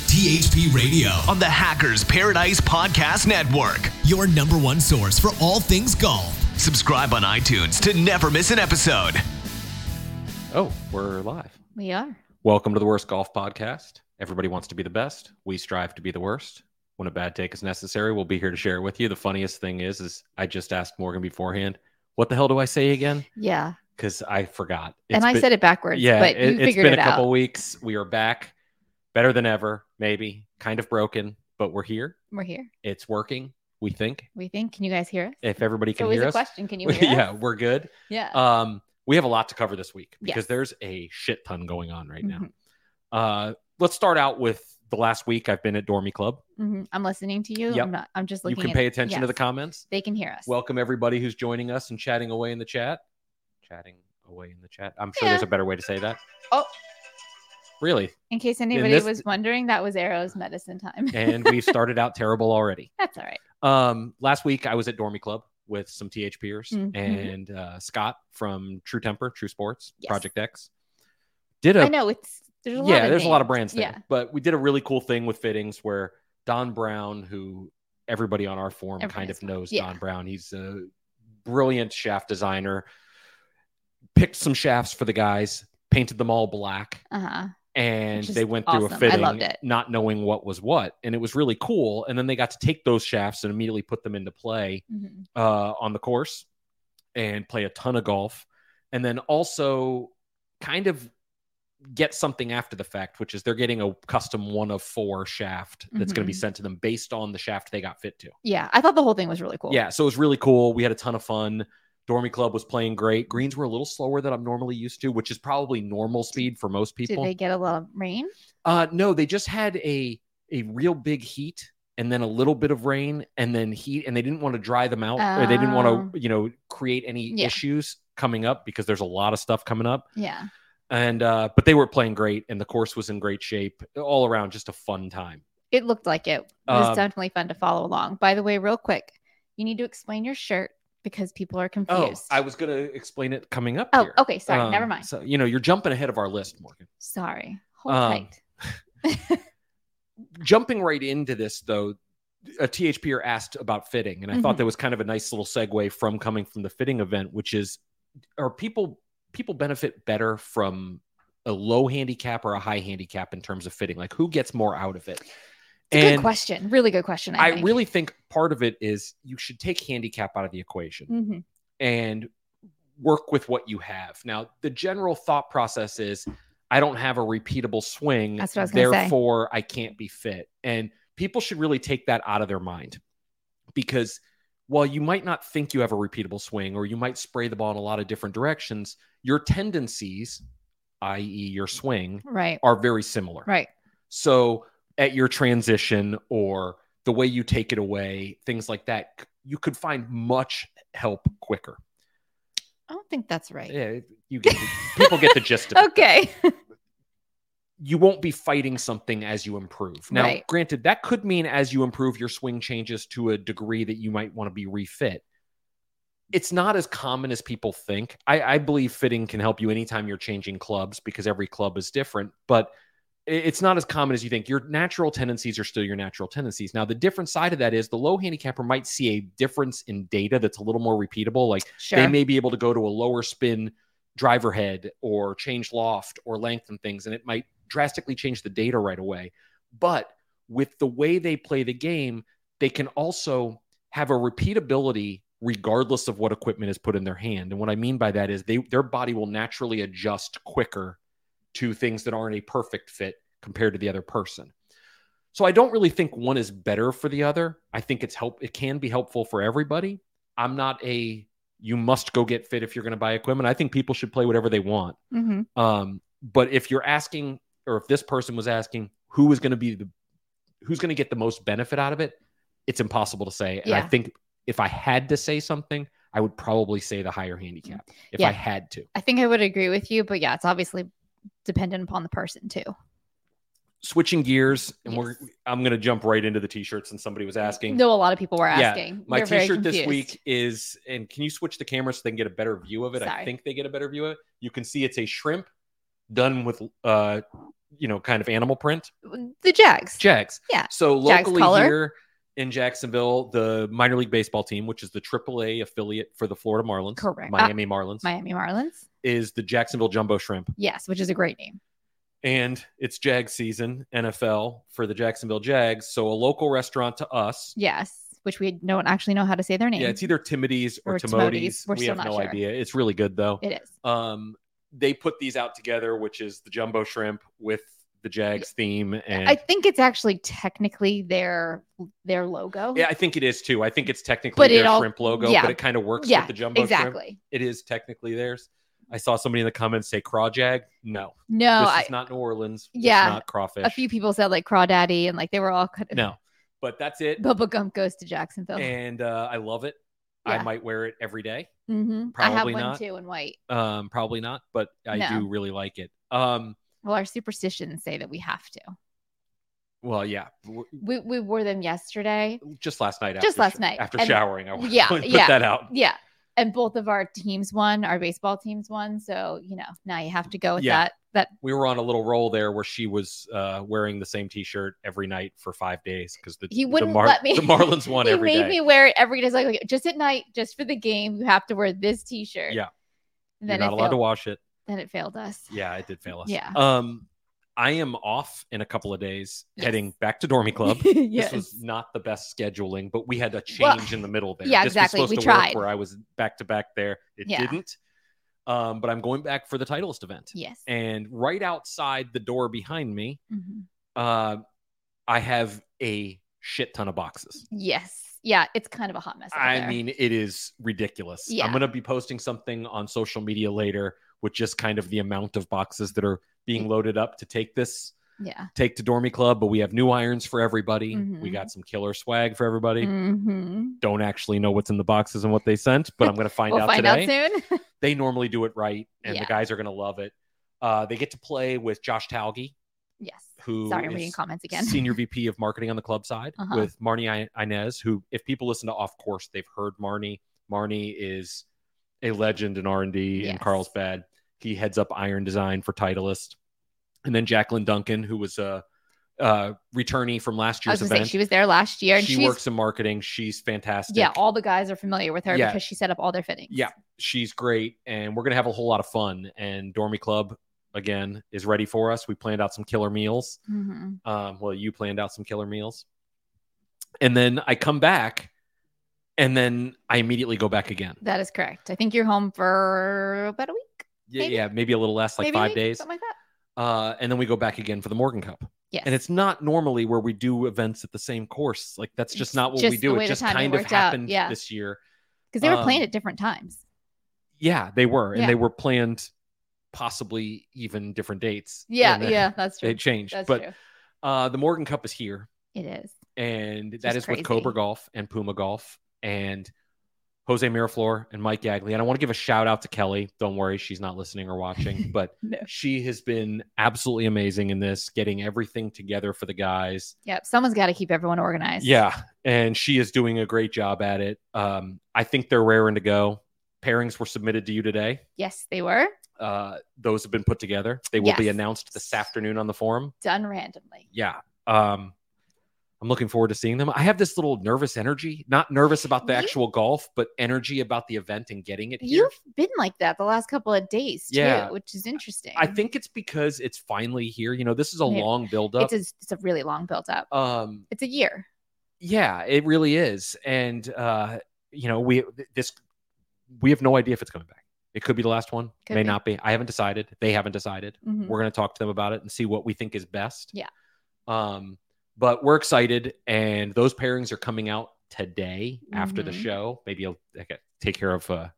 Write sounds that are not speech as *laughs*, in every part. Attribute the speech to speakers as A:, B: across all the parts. A: PHP Radio
B: on the Hackers Paradise Podcast Network.
A: your number one source for all things golf.
B: Subscribe on iTunes to never miss an episode.
C: Oh, we're live.
D: We are.
C: Welcome to the Worst Golf Podcast. Everybody wants to be the best. We strive to be the worst. When a bad take is necessary, we'll be here to share it with you. The funniest thing is, is I just asked Morgan beforehand, "What the hell do I say again?"
D: Yeah.
C: Because I forgot.
D: and I said it backwards,
C: Yeah,
D: but
C: it,
D: you
C: has
D: figured
C: been
D: it
C: a couple
D: out.
C: weeks. We are back, better than ever. Maybe kind of broken, but we're here.
D: We're here.
C: It's working. We think
D: We think. Can you guys hear us?
C: if everybody
D: It's
C: can
D: always
C: hear
D: a
C: us, *laughs*
D: question. Can you hear us?
C: yeah, we're good.
D: Yeah.
C: Um, we have a lot to cover this week because
D: Yes.
C: there's a shit ton going on right now.
D: Mhm.
C: Uh, let's start out with the last week I've been at Dormy Club.
D: Mhm. I'm listening to you.
C: Yep.
D: I'm not. I'm just
C: You
D: looking.
C: can
D: at-
C: pay attention to the
D: yes.
C: comments.
D: They can hear us.
C: Welcome everybody who's joining us and chatting away in the chat. Chatting away in the chat. I'm sure there's
D: Yeah.
C: a better way to say that.
D: Oh.
C: Really?
D: in case anybody
C: this-
D: was wondering, that was Arrow's medicine time.
C: And we started out terrible already.
D: *laughs* That's all right.
C: Um, last week I was at Dormy Club with some THPers
D: Mhm.
C: and uh, Scott from True Temper, True Sports,
D: Yes.
C: Project X. Did a
D: I know it's. There's a lot.
C: yeah,
D: of
C: there's a lot of
D: names.
C: brands there.
D: Yeah.
C: But we did a really cool thing with fittings where Don Brown, who everybody on our forum
D: Everybody
C: kind of
D: knows.
C: knows
D: Yeah.
C: Don Brown, he's a brilliant shaft designer, picked some shafts for the guys, painted them all black,
D: Uh huh.
C: and
D: Which is
C: they went through a
D: awesome. I
C: fitting
D: loved it.
C: not knowing what was what. And it was really cool. And then they got to take those shafts and immediately put them into play
D: hmm
C: uh, on the course and play a ton of golf. And then also kind of get something after the fact, which is they're getting a custom one of four shaft that's going to be
D: Mhm.
C: sent to them based on the shaft they got fit to.
D: Yeah. I thought the whole thing was really cool.
C: Yeah. So it was really cool. We had a ton of fun. Dormy Club was playing great. Greens were a little slower than I'm normally used to, which is probably normal speed for most
D: Did
C: people.
D: they get a lot of rain?
C: Uh, no, they just had a a real big heat and then a little bit of rain and then heat and they didn't want to dry them out or they didn't want to you know create any
D: Oh. Yeah.
C: issues coming up because there's a lot of stuff coming up
D: Yeah.
C: and uh but they were playing great and the course was in great shape all around just a fun time
D: It looked like it. It was
C: Um,
D: definitely fun to follow along. By the way, real quick, you need to explain your shirt because people are confused.
C: Oh, i was gonna explain it coming up
D: Oh,
C: here.
D: okay. Sorry. never
C: Um,
D: mind.
C: so you know you're jumping ahead of our list morgan
D: Sorry. Hold
C: Um,
D: tight.
C: jumping right into this though a THPer er asked about fitting, and I thought
D: Mhm.
C: that was kind of a nice little segue from coming from the fitting event, which is are people people benefit better from a low handicap or a high handicap in terms of fitting? Like who gets more out of it?
D: It's a good
C: and
D: question. Really good question. I,
C: I really think part of it is you should take handicap out of the equation
D: hmm
C: and work with what you have. Now, the general thought process is I don't have a repeatable swing.
D: That's what I was gonna say.
C: therefore, I can't be fit. And people should really take that out of their mind because while you might not think you have a repeatable swing or you might spray the ball in a lot of different directions, your tendencies, i.e., your swing,
D: right,
C: are very similar.
D: right,
C: So at your transition or the way you take it away, things like that, c- you could find much help quicker.
D: I don't think that's right.
C: Yeah, you get the, people get the gist of it.
D: *laughs* Okay,
C: You won't be fighting something as you improve. Now,
D: Right.
C: granted, that could mean as you improve, your swing changes to a degree that you might want to be refit. It's not as common as people think. I, I believe fitting can help you anytime you're changing clubs because every club is different, but i- it's not as common as you think. Your natural tendencies are still your natural tendencies. Now, the different side of that is the low handicapper might see a difference in data that's a little more repeatable. Like,
D: sure.
C: they may be able to go to a lower spin driver head or change loft or length and things and it might drastically change the data right away but with the way they play the game they can also have a repeatability regardless of what equipment is put in their hand and what i mean by that is they their body will naturally adjust quicker to things that aren't a perfect fit compared to the other person so i don't really think one is better for the other i think it's help it can be helpful for everybody i'm not a you must go get fit if you're going to buy equipment. I think people should play whatever they want.
D: Mhm.
C: Um, but if you're asking, or if this person was asking, who is going to be the, who's going to get the most benefit out of it, it's impossible to say. And I
D: Yeah.
C: think if I had to say something, I would probably say the higher handicap if
D: Yeah.
C: I had to.
D: I think I would agree with you, but yeah, it's obviously dependent upon the person too.
C: Switching gears, and we're
D: Yes.
C: I'm going to jump right into the t-shirts. And somebody was asking.
D: No, a lot of people were
C: Yeah,
D: asking.
C: My
D: They're very
C: t-shirt this
D: confused.
C: week is, and can you switch the camera so they can get a better view of it? I
D: Sorry.
C: think they get a better view of it. You can see it's a shrimp done with uh you know kind of animal print
D: The Jags.
C: jags
D: Yeah.
C: so
D: Jags
C: locally
D: color.
C: here in jacksonville the minor league baseball team which is the aaa affiliate for the florida marlins
D: Correct. Ah,
C: miami marlins
D: Miami Marlins.
C: is the jacksonville jumbo shrimp
D: Yes, which is a great name.
C: and it's jag season nfl for the jacksonville jags so a local restaurant to us
D: Yes, which we don't actually know how to say their name.
C: yeah it's either timidis or,
D: Or
C: timotes
D: Timothy's. We're
C: we
D: still
C: have
D: not
C: no
D: sure.
C: idea it's really good though
D: It is.
C: um they put these out together which is the jumbo shrimp with the jags theme and
D: I think it's actually technically their their logo.
C: yeah i think it is too i think it's technically
D: But it
C: their
D: all-
C: shrimp logo
D: yeah.
C: but it kind of works
D: Yeah,
C: with the jumbo shrimp
D: exactly.
C: it is technically theirs i saw somebody in the comments say crawjag no
D: No,
C: this
D: I,
C: is not new orleans
D: yeah,
C: it's not crawfish
D: a few people said like Crawdaddy and like they were all kind of *laughs*
C: no but that's it
D: Bubba Gump goes to Jacksonville.
C: and uh, i love it i
D: Yeah.
C: might wear it every day
D: hmm I have
C: probably
D: one
C: not.
D: too in white.
C: um probably not but i
D: No.
C: do really like it um
D: Well, our superstitions say that we have to.
C: well yeah w-
D: We we wore them yesterday.
C: just last night
D: Just
C: after
D: last night.
C: after
D: And-
C: showering i *laughs*
D: Yeah,
C: put
D: yeah.
C: that out
D: Yeah. And both of our teams won, our baseball teams won. So, you know, now you have to go with
C: Yeah.
D: that. That
C: we were on a little roll there where she was uh, wearing the same T-shirt every night for five days because the
D: he
C: the
D: wouldn't
C: Mar-
D: let me.
C: The
D: *laughs*
C: Marlins won
D: he
C: every
D: made
C: day.
D: me wear it every day. It's like, okay, just at night, just for the game, you have to wear this t shirt.
C: Yeah. You're
D: And then
C: not
D: it
C: allowed to
D: failed,
C: wash it.
D: then it
C: *laughs*
D: failed us.
C: Yeah, it did fail us.
D: Yeah.
C: Um, I am off in a couple of days,
D: Yes.
C: heading back to Dormy
D: *laughs*
C: Club.
D: yes.
C: This was not the best scheduling, but we had a change
D: Well,
C: in the middle there.
D: yeah,
C: This was
D: exactly.
C: supposed
D: We
C: to work
D: tried.
C: where I was back to back there. It
D: Yeah.
C: didn't. Um, but I'm going back for the Titleist event,
D: yes.
C: and right outside the door behind me,
D: Mhm.
C: uh, I have a shit ton of boxes.
D: Yes. Yeah. It's kind of a hot mess. out
C: I
D: there.
C: mean, it is ridiculous.
D: Yeah.
C: I'm going to be posting something on social media later with just kind of the amount of boxes that are
D: Mm.
C: being loaded up to take this
D: yeah.
C: take to Dormy Club. But we have new irons for everybody. We
D: Mhm.
C: got some killer swag for everybody.
D: Mhm.
C: Don't actually know what's in the boxes and what they sent, but
D: *laughs*
C: I'm going to find
D: We'll
C: out
D: find
C: today.
D: out soon. *laughs*
C: They normally do it right, and
D: Yeah.
C: the guys are going to love it. Uh, they get to play with Josh Talge,
D: yes.
C: who
D: Sorry, I'm
C: is
D: reading comments again. *laughs*
C: senior VP of marketing on the club side
D: Uh-huh.
C: with Marnie I- Inez, who, if people listen to Off Course, they've heard Marnie. Marnie is a legend in R and D in
D: Yes.
C: Carlsbad. He heads up Iron Design for Titleist, and then Jacqueline Duncan, who was a, uh returnee from last
D: I was
C: year's
D: going to say
C: event.
D: she was there last year and
C: She
D: she's
C: works in marketing. She's fantastic.
D: Yeah, all the guys are familiar with her
C: Yeah.
D: because she set up all their fittings.
C: Yeah. she's great, and we're gonna have a whole lot of fun. And Dormy Club again is ready for us. We planned out some killer meals.
D: hmm
C: Um, well, you planned out some killer meals. And then I come back and then I immediately go back again.
D: That is correct. I think you're home for about a week,
C: Yeah,
D: Maybe.
C: yeah, maybe a little less, like
D: maybe a
C: five
D: week,
C: days.
D: something like that.
C: Uh, and then we go back again for the Morgan Cup.
D: Yes,
C: And it's not normally where we do events at the same course. Like that's just
D: It's
C: not what we
D: just the
C: do.
D: way
C: It
D: the
C: just
D: timing
C: kind of
D: worked out,
C: happened
D: yeah.
C: this year.
D: because they were playing
C: um,
D: at different times.
C: Yeah, they were. And
D: Yeah.
C: they were planned possibly even different dates.
D: Yeah,
C: And then
D: yeah, that's true.
C: They changed.
D: That's
C: but
D: true.
C: uh the Morgan Cup is here.
D: It is.
C: and
D: It's
C: that
D: just
C: is
D: crazy.
C: with Cobra Golf and Puma Golf and Jose Miraflor and Mike Yagley. And I want to give a shout out to Kelly. Don't worry, she's not listening or
D: *laughs*
C: watching, but
D: No.
C: she has been absolutely amazing in this, getting everything together for the guys.
D: Yep. Someone's got to keep everyone organized.
C: Yeah, and she is doing a great job at it. Um, I think they're raring to go. Pairings were submitted to you today.
D: Yes, they were
C: Uh, those have been put together. They will be
D: Yes.
C: announced this afternoon on the forum.
D: done randomly.
C: yeah um i'm looking forward to seeing them i have this little nervous energy not nervous about the
D: You-
C: actual golf but energy about the event and getting it here
D: You've been like that the last couple of days too,
C: Yeah.
D: which is interesting.
C: i think it's because it's finally here you know this is a
D: Yeah.
C: long build up
D: it's a, it's a really long build up.
C: um
D: It's a year.
C: yeah it really is and uh you know we th- this we have no idea if it's coming back it could be the last one
D: Could
C: may
D: be.
C: not be i haven't decided they haven't decided
D: Mhm.
C: we're going to talk to them about it and see what we think is best
D: Yeah.
C: um but we're excited and those pairings are coming out today after the
D: Mhm.
C: show maybe i'll I gotta take care of uh,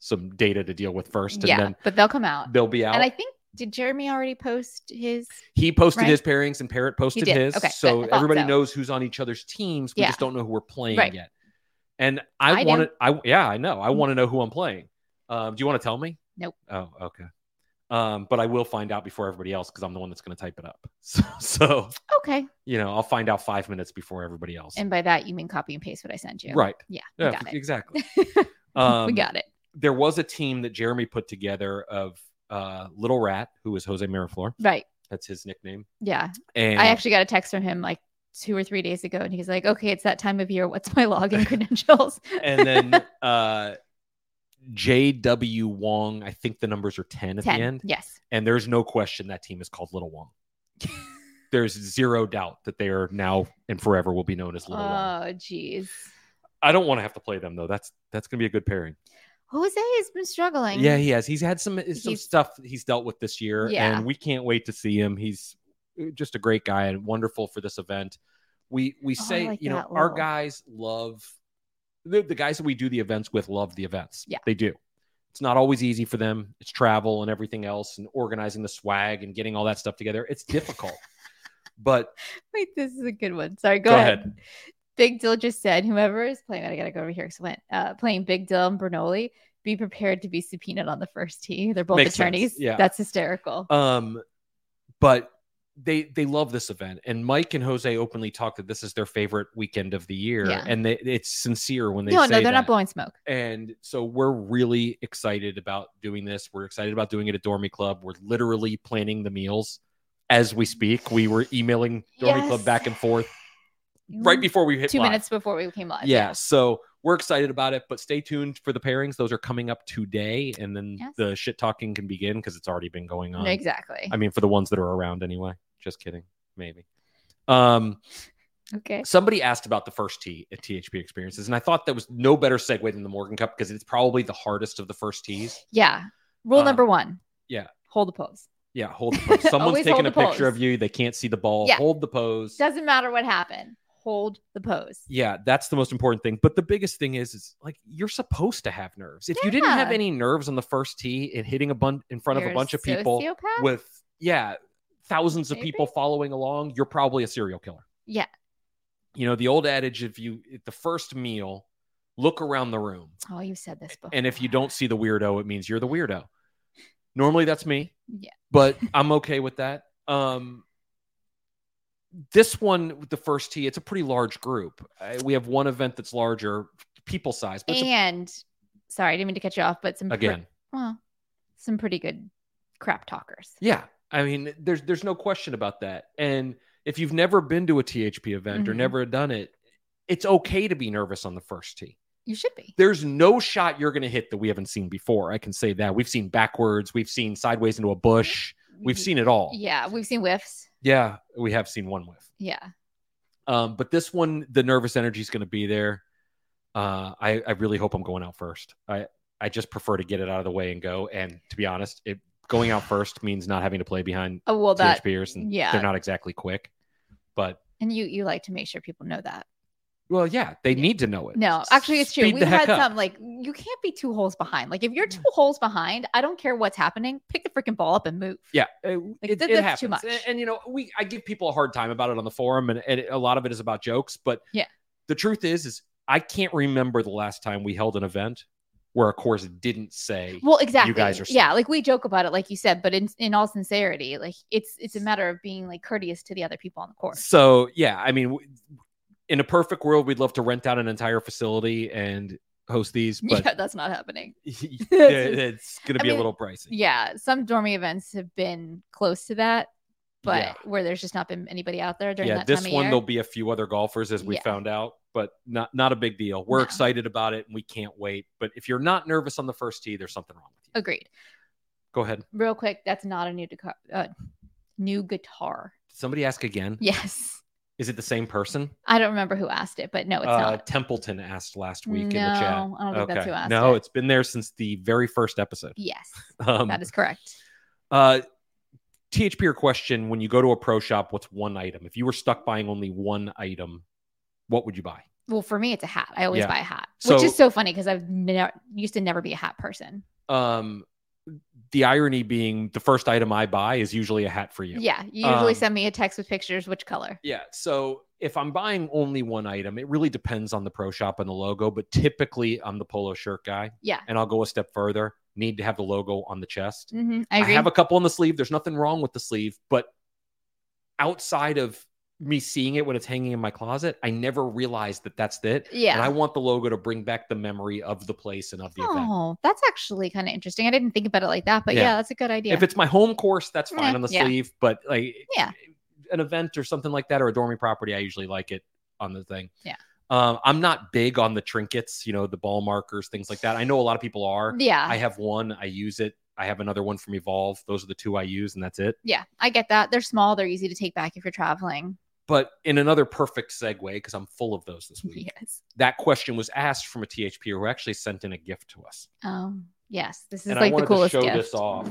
C: some data to deal with first and
D: Yeah,
C: then
D: but they'll come out.
C: they'll be out
D: And I think did Jeremy already post his?
C: he posted
D: right?
C: his pairings and parrot posted
D: did.
C: his
D: Okay, good.
C: so
D: I thought
C: everybody
D: so.
C: knows who's on each other's teams we
D: Yeah.
C: just don't know who we're playing
D: Right.
C: yet and
D: I
C: i
D: do.
C: want to i yeah i know i
D: Mm.
C: want to know who i'm playing um do you want to tell me
D: Nope.
C: oh okay um but i will find out before everybody else because i'm the one that's going to type it up *laughs* so, so
D: Okay,
C: you know, I'll find out five minutes before everybody else.
D: and by that you mean copy and paste what I sent you.
C: right.
D: Yeah, we
C: Yeah,
D: got it.
C: exactly.
D: *laughs* we
C: Um,
D: got it.
C: There was a team that Jeremy put together of uh, Little Rat, who is Jose Miraflor.
D: Right.
C: That's his nickname.
D: Yeah.
C: And
D: I actually got a text from him like two or three days ago, and he's like, "Okay, it's that time of year. What's
C: *laughs*
D: my login credentials?"
C: and
D: *laughs*
C: then uh, J.W. Wong. I think the numbers are 10 at
D: Ten.
C: the end.
D: Yes.
C: And there's no question that team is called Little
D: *laughs*
C: Wong. there's zero doubt that they are now and forever will be known as Little Wong.
D: Oh, jeez.
C: I don't want to have to play them though. That's that's going to be a good pairing.
D: Jose has been struggling.
C: Yeah, he has. He's had some uh, some
D: He's-
C: stuff he's dealt with this year,
D: Yeah.
C: and we can't wait to see him. He's uh, just a great guy and wonderful for this event. We we
D: Oh, I
C: say
D: like
C: you know
D: that
C: our
D: little-
C: guys love the, the guys that we do the events with love the events.
D: Yeah.
C: they do. It's not always easy for them. It's travel and everything else, and organizing the swag and getting all that stuff together. It's
D: *laughs*
C: difficult, but
D: Wait, this is a good one. Sorry, go,
C: Go
D: ahead. Big Dill just said, "Whoever is playing, I gotta go over here. So went uh, playing Big Dill and Bernoli. Be prepared to be subpoenaed on the first tee. They're both
C: Makes sense.
D: attorneys.
C: Yeah.
D: That's hysterical.
C: Um, but they they love this event, and Mike and Jose openly talk that this is their favorite weekend of the year,
D: Yeah.
C: and they, it's sincere when they
D: no,
C: say
D: no, they're
C: that.
D: not blowing smoke.
C: and so we're really excited about doing this. We're excited about doing it at Dormy Club. We're literally planning the meals as we speak. We were emailing Dormy
D: Yes.
C: Club back and forth right before we hit
D: two
C: live.
D: minutes before we came live.
C: Yeah, so we're excited about it, but stay tuned for the pairings. Those are coming up today, and then
D: Yes.
C: the shit talking can begin because it's already been going on.
D: No, exactly.
C: I mean, for the ones that are around anyway. Just kidding. Maybe. Um,
D: okay.
C: somebody asked about the first uh, tee at THP experiences, and I thought that was no better segue than the Morgan Cup because it's probably the hardest of the first tees.
D: Yeah. Rule
C: Uh,
D: number one.
C: yeah.
D: Hold the pose.
C: Yeah, hold the
D: *laughs*
C: pose. Someone's
D: Always
C: taking
D: hold
C: a
D: the
C: picture
D: pose.
C: of you. They can't see the ball.
D: Yeah.
C: Hold the pose.
D: Doesn't matter what happened. Hold the pose.
C: yeah, that's the most important thing. But the biggest thing is, is like you're supposed to have nerves. If you didn't have
D: Yeah.
C: any nerves on the first tee and hitting a bun in front of
D: You're
C: a bunch of people
D: sociopath?
C: with yeah thousands of
D: Maybe.
C: people following along you're probably a serial killer
D: Yeah.
C: you know the old adage if you at the first meal look around the room
D: Oh, you said this before.
C: and if you don't see the weirdo it means you're the weirdo normally that's me
D: Yeah.
C: but i'm okay with that um this one with the first tee it's a pretty large group Uh, we have one event that's larger people size but it's a-
D: and sorry, I didn't mean to cut you off, but some pre-
C: again
D: well, some pretty good crap talkers.
C: Yeah. I mean, there's there's no question about that. And if you've never been to a THP event or
D: Mhm.
C: never done it, it's okay to be nervous on the first tee.
D: You should be.
C: There's no shot you're going to hit that we haven't seen before. I can say that. We've seen backwards, we've seen sideways into a bush. We've seen it all.
D: Mm-hmm. Yeah, we've seen whiffs.
C: Yeah, we have seen one whiff.
D: Yeah.
C: Um, but this one, the nervous energy is going to be there. Uh, I, I really hope I'm going out first. I, I just prefer to get it out of the way and go. And to be honest, it, going out first means not having to play behind
D: Oh well, that
C: THPers, and
D: yeah.
C: they're not exactly quick. But
D: and you you like to make sure people know that.
C: well, yeah, they need to know it.
D: No, actually, it's true.
C: Speed
D: We've
C: the heck
D: had
C: up.
D: some like you can't be two holes behind. Like if you're two holes behind, I don't care what's happening. Pick the freaking ball up and move.
C: Yeah, uh, it, it-
D: that-
C: it happens.
D: that's too much.
C: And, and, you know, we I give people a hard time about it on the forum, and, and a lot of it is about jokes. But
D: Yeah.
C: the truth is, is I can't remember the last time we held an event where a course didn't say
D: Well, exactly.
C: guys are
D: yeah,
C: smart.
D: like we joke about it, like you said, but in in all sincerity, like it's it's a matter of being like courteous to the other people on the course.
C: So yeah, I mean, w- in a perfect world, we'd love to rent out an entire facility and host these, but
D: *laughs*
C: *laughs*
D: yeah, that's not happening. *laughs*
C: it- it's going
D: I
C: to be a
D: mean,
C: little pricey.
D: Yeah, some dormy events have been close to that, but
C: Yeah.
D: where there's just not been anybody out there during that
C: this
D: time of
C: one
D: year.
C: there'll be a few other golfers as we
D: Yeah.
C: found out, but not not a big deal. We're
D: No.
C: excited about it and we can't wait. But if you're not nervous on the first tee, there's something wrong with you.
D: Agreed.
C: Go ahead. Did
D: Real quick, that's not a new guitar. Uh, new guitar. *laughs*
C: somebody ask again?
D: Yes.
C: Is it the same person?
D: I don't remember who asked it, but no, it's
C: uh,
D: not.
C: Templeton asked last week in the chat.
D: No, I don't think that's who asked
C: no,
D: it.
C: it's been there since the very first episode.
D: Yes,
C: Um,
D: *laughs* that is correct.
C: uh, THP or question: When you go to a pro shop, what's one item? If you were stuck buying only one item, what would you buy?
D: Well, for me, it's a hat. I always
C: Yeah.
D: buy a hat, which
C: So-
D: is so funny because I've never used to never be a hat person.
C: Um, the irony being, the first item I buy is usually a hat for you.
D: Yeah, you usually
C: Um,
D: send me a text with pictures. Which color?
C: Yeah. So if I'm buying only one item, it really depends on the pro shop and the logo, but typically I'm the polo shirt guy.
D: Yeah.
C: And I'll go a step further. Need to have the logo on the chest.
D: hmm I agree.
C: have a couple on the sleeve. There's nothing wrong with the sleeve, but outside of me seeing it when it's hanging in my closet, I never realized that that's it.
D: Yeah.
C: And I want the logo to bring back the memory of the place and of the event.
D: Oh, that's actually kind of interesting. I didn't think about it like that, but
C: Yeah.
D: yeah, that's a good idea.
C: If it's my home course, that's fine
D: Eh,
C: on the
D: yeah.
C: sleeve. But like,
D: Yeah.
C: an event or something like that, or a dormy property, I usually like it on the thing.
D: Yeah.
C: Um, I'm not big on the trinkets, you know, the ball markers, things like that. I know a lot of people are.
D: yeah,
C: I have one. I use it. I have another one from Evolve. Those are the two I use, and that's it.
D: yeah, I get that. They're small. They're easy to take back if you're traveling.
C: But in another perfect segue, because I'm full of those this week,
D: Yes.
C: that question was asked from a THP who actually sent in a gift to us.
D: Um. Yes. This is
C: and
D: like
C: I
D: the
C: wanted
D: coolest
C: to show
D: gift.
C: this off.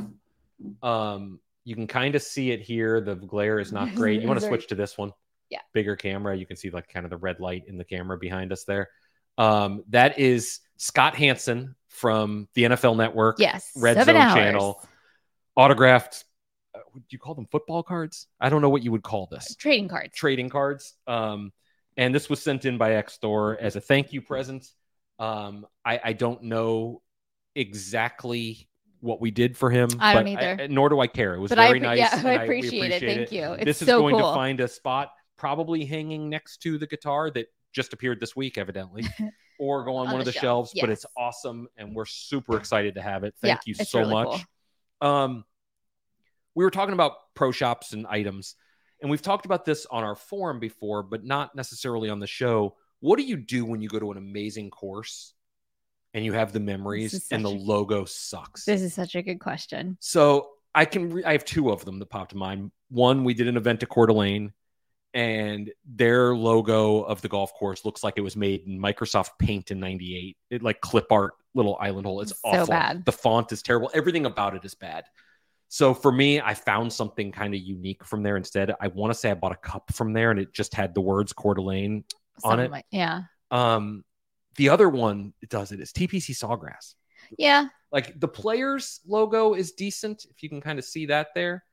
C: Um, you can kind of see it here. The glare is not
D: *laughs*
C: great. You want to
D: Very-
C: switch to this one?
D: Yeah.
C: Bigger camera. You can see like kind of the red light in the camera behind us there. Um, that is Scott Hansen from the NFL Network.
D: Yes.
C: Red
D: seven
C: Zone
D: hours.
C: Channel. Autographed. Uh, would you call them football cards? I don't know what you would call this.
D: Trading cards.
C: Trading cards. Um, and this was sent in by X Store as a thank you present. Um, I, I don't know exactly what we did for him.
D: I don't
C: but
D: either.
C: nor do I care. It was
D: but I,
C: very
D: appre-
C: nice.
D: yeah, *laughs*
C: and
D: I
C: we
D: appreciate it. Thank you. It's
C: this
D: so
C: is going
D: cool.
C: to find a spot probably hanging next to the guitar that just appeared this week,
D: *laughs*
C: evidently, or go on,
D: On
C: one of
D: the
C: the
D: shelf,
C: shelves. But
D: yes.
C: it's awesome, and we're super excited to have it.
D: Yeah,
C: Thank you
D: it's
C: so
D: really
C: much. Um, we were talking about pro shops and items, and we've talked about this on our forum before, but not necessarily on the show. What do you do when you go to an amazing course and you have the
D: is
C: memories and the
D: such a-
C: logo sucks?
D: This is such a good question.
C: So I can re- I have two of them that popped to mind. One, we did an event at Coeur d'Alene, and their logo of the golf course looks like it was made in Microsoft Paint in '98. It like clip art, little island hole. It's
D: So
C: awful.
D: bad.
C: The font is terrible. Everything about it is bad. So for me, I found something kind of unique from there instead. I want to say I bought a cup from there, and it just had the words Coeur d'Alene. On
D: Something
C: it?
D: like- yeah.
C: Um, the other one that does it is TPC Sawgrass
D: Yeah.
C: like the players logo is decent if you can kind of see that there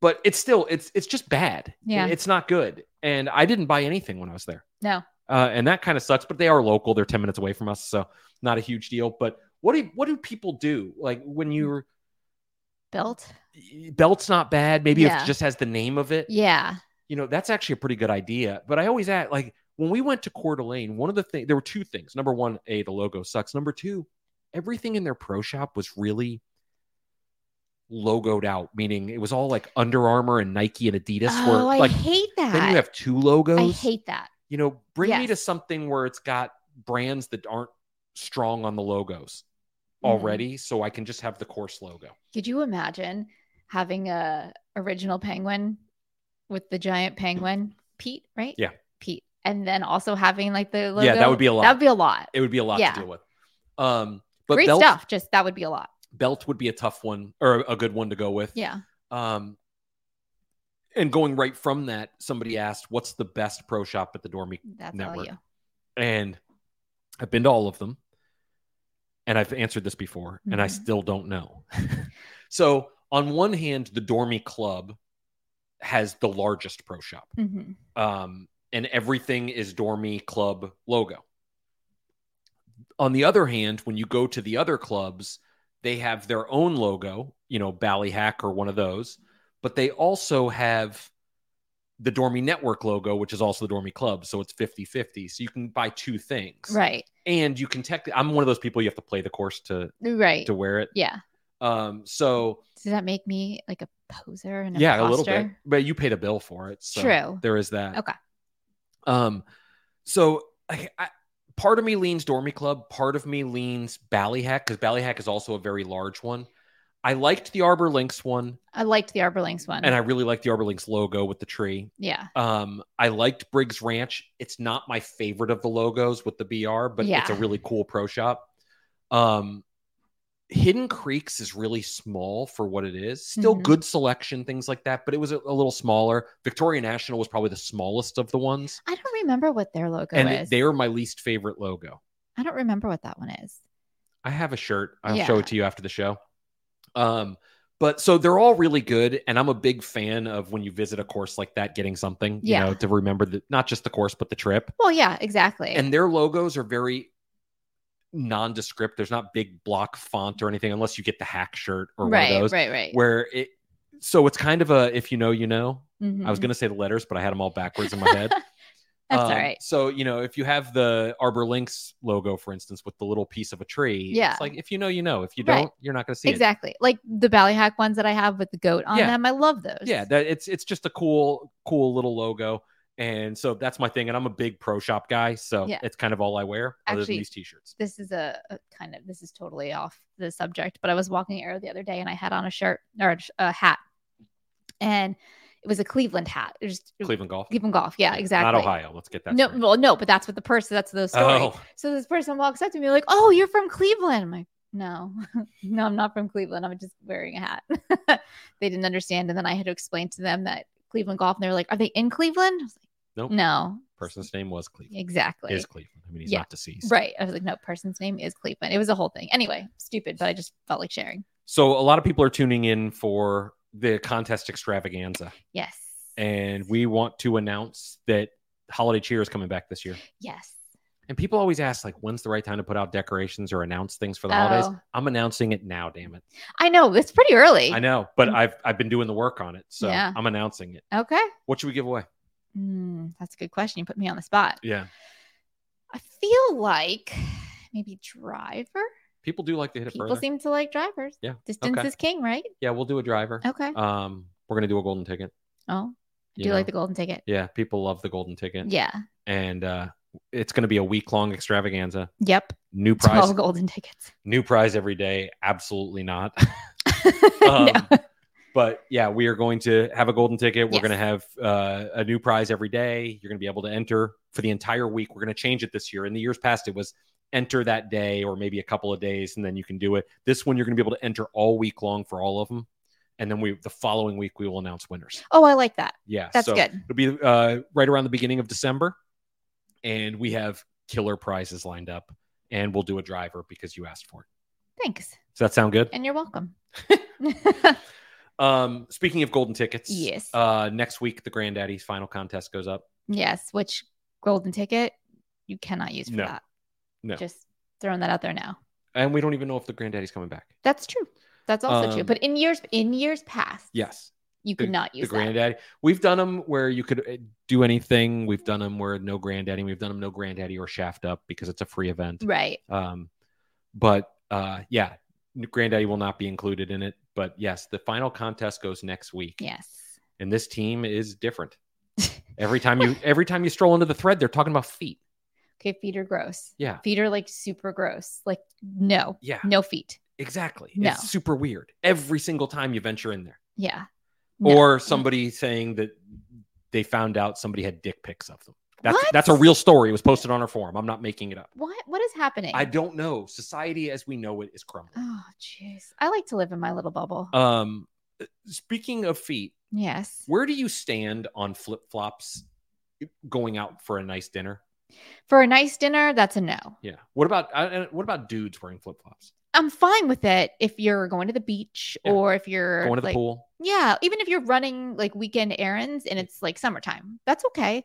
C: but it's still it's it's just bad
D: Yeah.
C: it's not good and i didn't buy anything when i was there
D: No.
C: uh, and that kind of sucks but they are local they're 10 minutes away from us so not a huge deal but what do what do people do like when you're
D: Built.
C: belt's not bad maybe
D: Yeah.
C: it just has the name of it
D: Yeah.
C: you know, that's actually a pretty good idea. But I always ask, like, when we went to Coeur d'Alene, one of the things, there were two things. Number one, A, the logo sucks. Number two, everything in their pro shop was really logoed out, meaning it was all like Under Armour and Nike and Adidas.
D: oh,
C: were,
D: I
C: like,
D: hate that.
C: then you have two logos.
D: I hate that.
C: you know, bring me to
D: Yes.
C: something where it's got brands that aren't strong on the logos
D: Mhm.
C: already. So I can just have the course logo.
D: Could you imagine having a original penguin with the giant penguin, Pete? Right?
C: Yeah.
D: Pete, and then also having like the logo.
C: Yeah, that would be a lot.
D: That would be a lot.
C: It would be a lot
D: Yeah.
C: to deal with. Um, but
D: Great
C: Belt-
D: stuff. Just that would be a lot.
C: belt would be a tough one or a good one to go with.
D: Yeah.
C: Um, and going right from that, somebody asked, "What's the best pro shop at the Dormy?"
D: That's all
C: Network.
D: you.
C: And I've been to all of them, and I've answered this before, and I
D: Mhm.
C: still don't know. *laughs* so, on one hand, the Dormy Club has the largest pro shop,
D: Mhm.
C: um, and everything is Dormy Club logo. On the other hand, when you go to the other clubs, they have their own logo, you know, Ballyhack or one of those, but they also have the Dormy Network logo, which is also the Dormy Club. So it's 50 50. So you can buy two things.
D: Right.
C: And you can technically, I'm one of those people you have to play the course to
D: Right.
C: to wear it.
D: yeah.
C: Um, so
D: Does that make me like a poser and a
C: yeah, a little bit,
D: imposter?
C: but you paid a bill for it. So.
D: True.
C: There is that.
D: Okay.
C: Um, so I, I, part of me leans Dormy Club, part of me leans Ballyhack because Ballyhack is also a very large one. I liked the Arbor Links one,
D: I liked the Arbor Links one.
C: and I really liked the Arbor Links logo with the tree.
D: yeah.
C: Um, I liked Briggs Ranch. It's not my favorite of the logos with the BR, but it's a
D: Yeah.
C: really cool pro shop. Um, Hidden Creeks is really small for what it is. Still
D: Mhm.
C: good selection, things like that, but it was a, a little smaller. Victoria National was probably the smallest of the ones
D: I don't remember what their logo
C: and
D: is.
C: they are my least favorite logo.
D: I don't remember what that one is.
C: I have a shirt. I'll
D: Yeah.
C: show it to you after the show. Um, but so they're all really good, and I'm a big fan of when you visit a course like that, getting something you
D: Yeah.
C: know to remember that not just the course but the trip.
D: Well, yeah, exactly.
C: And their logos are very nondescript. There's not big block font or anything, unless you get the hack shirt or one
D: right,
C: of those
D: right, right.
C: where it So it's kind of a if you know, you know. I was
D: Mhm.
C: going to say the letters, but I had them all backwards in my head.
D: *laughs* That's
C: Um,
D: all right.
C: So you know, if you have the Arbor Links logo, for instance, with the little piece of a tree,
D: Yeah.
C: it's like if you know, you know. If you
D: Right.
C: don't, you're not going to see it.
D: Exactly. Like the Ballyhack ones that I have with the goat on
C: Yeah.
D: them. I love those.
C: Yeah, that it's it's just a cool cool little logo, and so that's my thing. And I'm a big pro shop guy, so
D: Yeah.
C: it's kind of all I wear other than
D: Actually-
C: these t-shirts.
D: this is a, a kind of this is totally off the subject, but I was walking Arrow the other day and I had on a shirt or a, sh- a hat, and it was a Cleveland hat. It was
C: Cleveland golf,
D: Cleveland golf. Yeah, exactly.
C: Not Ohio. Let's get that.
D: no,
C: straight.
D: well, no, but that's what the person. That's the story.
C: Oh,
D: So this person walks up to me like, "Oh, you're from Cleveland." I'm like, "No, *laughs* no, I'm not from Cleveland. I'm just wearing a hat." *laughs* they didn't understand, and then I had to explain to them that Cleveland golf, and they were like, "Are they in Cleveland?" I was
C: Nope.
D: like, no,
C: person's name was Cleveland.
D: exactly.
C: Is Cleveland? I mean, he's
D: Yeah.
C: not deceased.
D: Right. I was like, no, person's name is Cleveland. It was a whole thing. Anyway, stupid, but I just felt like sharing.
C: So a lot of people are tuning in for the contest extravaganza,
D: Yes.
C: and we want to announce that Holiday Cheer is coming back this year.
D: yes.
C: And people always ask, like, when's the right time to put out decorations or announce things for the holidays?
D: Oh.
C: I'm announcing it now, damn it.
D: I know. It's pretty early.
C: I know, but I've I've been doing the work on it, so
D: Yeah.
C: I'm announcing it.
D: Okay.
C: What should we give away?
D: Mm, that's a good question. You put me on the spot.
C: Yeah,
D: I feel like maybe driver.
C: people do like to hit it
D: People
C: further.
D: seem to like drivers.
C: Yeah,
D: Distance
C: okay.
D: is king, right?
C: yeah, we'll do a driver.
D: Okay.
C: Um, we're gonna do a golden ticket.
D: oh, I
C: you
D: do like
C: know?
D: the golden ticket.
C: Yeah, people love the golden ticket.
D: Yeah.
C: and uh, it's gonna be a week long extravaganza.
D: Yep.
C: New prize,
D: 12 golden tickets. *laughs*
C: new prize every day. Absolutely not.
D: No.
C: Um, But yeah, we are going to have a golden ticket. We're
D: Yes.
C: going to have uh, a new prize every day. You're going to be able to enter for the entire week. We're going to change it this year. In the years past, it was enter that day or maybe a couple of days, and then you can do it. This one, you're going to be able to enter all week long for all of them, and then we the following week we will announce winners.
D: Oh, I like that.
C: Yeah,
D: That's
C: so
D: good.
C: It'll be uh, right around the beginning of December, and we have killer prizes lined up, and we'll do a driver because you asked for it.
D: Thanks.
C: Does that sound good?
D: And
C: *laughs*
D: you're welcome. *laughs*
C: Um, speaking of golden tickets,
D: Yes.
C: Uh, next week the Granddaddy's final contest goes up.
D: yes. Which golden ticket you cannot use for
C: No.
D: that.
C: No.
D: Just throwing that out there now.
C: and we don't even know if the Granddaddy's coming back.
D: That's true. That's also true.
C: Um,
D: But in years in years past,
C: Yes,
D: you
C: the-
D: could not use
C: the Granddaddy. We've done them where you could uh, do anything. We've done them where no Granddaddy. We've done them no Granddaddy or Shaft up because it's a free event.
D: that. Right.
C: Um, but uh, yeah, Granddaddy will not be included in it. But yes, the final contest goes next week,
D: Yes. *laughs*
C: and this team is different. every time you every time you stroll into the thread, they're talking about feet.
D: Okay, feet are gross.
C: Yeah,
D: Feet are like super gross. Like no.
C: yeah.
D: No feet.
C: Exactly.
D: No.
C: It's super weird every single time you venture in there.
D: Yeah. No.
C: Or somebody saying that they found out somebody had dick pics of them. That's
D: What?
C: that's a real story. It was posted on our forum. I'm not making it up.
D: What what is happening?
C: I don't know. Society as we know it is crumbling.
D: Oh jeez. I like to live in my little bubble.
C: Um speaking of feet,
D: yes.
C: where do you stand on flip-flops going out for a nice dinner?
D: For a nice dinner, that's a no.
C: Yeah. What about uh, what about dudes wearing flip-flops?
D: I'm fine with it if you're going to the beach
C: Yeah.
D: or if you're
C: Going to the
D: like,
C: pool?
D: Yeah, even if you're running like weekend errands and it's like summertime, that's okay.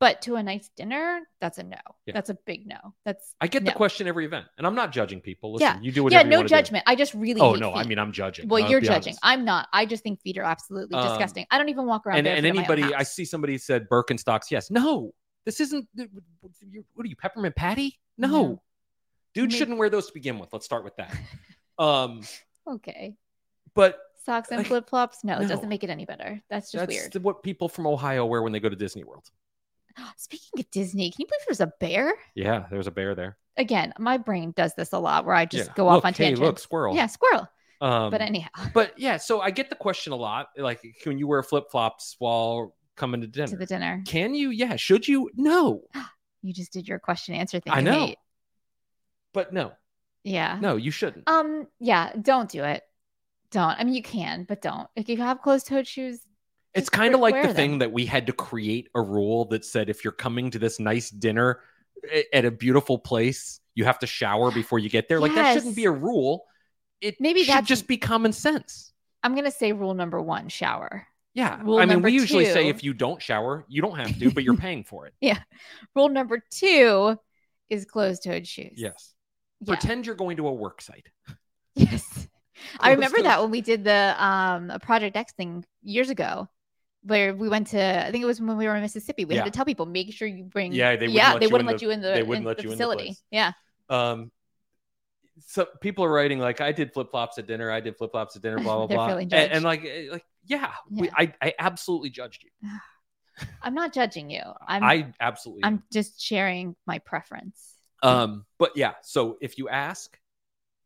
D: But to a nice dinner, that's a no.
C: Yeah.
D: That's a big no. That's
C: I get the
D: No. question every event, and I'm not judging people. Listen, Yeah.
C: you do
D: yeah,
C: whatever you
D: no
C: wanna do.
D: judgment. I just really
C: Oh
D: hate
C: no, I
D: feet.
C: mean I'm judging.
D: well,
C: I'll
D: you're
C: be
D: judging.
C: honest.
D: I'm not. I just think feet are absolutely
C: Um,
D: disgusting. I don't even walk around.
C: and, and
D: barefoot in my own
C: anybody i
D: house.
C: see somebody said birkenstocks yes no this isn't what are you peppermint patty no,
D: No.
C: dude
D: Maybe-
C: shouldn't wear those to begin with let's start with
D: *laughs*
C: that um
D: Okay,
C: but
D: socks and
C: Like,
D: flip flops. No, it
C: no.
D: doesn't make it any better. That's just
C: that's
D: weird.
C: the- what people from ohio wear when they go to disney world
D: Speaking of Disney, can you believe there's a bear?
C: yeah there's a bear there
D: Again, my brain does this a lot, where I just
C: Yeah.
D: go off
C: Look,
D: on
C: hey
D: tangents.
C: look squirrel
D: yeah, squirrel.
C: um,
D: but anyhow,
C: but yeah so i get the question a lot like can you wear flip-flops while coming to dinner
D: to the dinner,
C: can you yeah should you no
D: you just did your question answer thing.
C: i
D: you
C: know
D: hate.
C: but no
D: Yeah.
C: no you shouldn't
D: Um, yeah, don't do it. Don't. I mean, you can, but don't. If you have closed toed shoes,
C: It's
D: Just
C: kind of
D: wear-
C: like
D: wear
C: the
D: them.
C: thing that we had to create a rule that said if you're coming to this nice dinner a- at a beautiful place, you have to shower before you get there. Like that shouldn't
D: Yes.
C: be a rule. It
D: Maybe
C: should
D: that's-
C: just be common sense.
D: I'm gonna say rule number one: shower.
C: Yeah.
D: Rule
C: I mean,
D: number
C: we usually say
D: two.
C: if you don't shower, you don't have to, but
D: *laughs*
C: you're paying for it.
D: Rule number two is closed toed shoes.
C: Yes.
D: Yeah.
C: Pretend you're going to a work site.
D: *laughs* yes. I remember that when we did the um a Project X thing years ago, where we went to I think it was when we were in Mississippi. We
C: Yeah.
D: had to tell people make sure you bring
C: Yeah, they wouldn't
D: yeah
C: let
D: they
C: you
D: wouldn't
C: in
D: let
C: the-
D: you in the
C: they
D: in
C: wouldn't let
D: the
C: you in the
D: facility.
C: place.
D: yeah,
C: Um, so people are writing like, "I did flip flops at dinner. I did flip flops at
D: *laughs*
C: dinner." Blah blah
D: They're
C: blah.
D: feeling
C: And,
D: judged.
C: and, like, eh, like yeah, We,
D: Yeah.
C: I I absolutely judged you.
D: I'm not judging you. I'm I,
C: I absolutely.
D: am i am just sharing my preference.
C: Um, but yeah, so if you ask,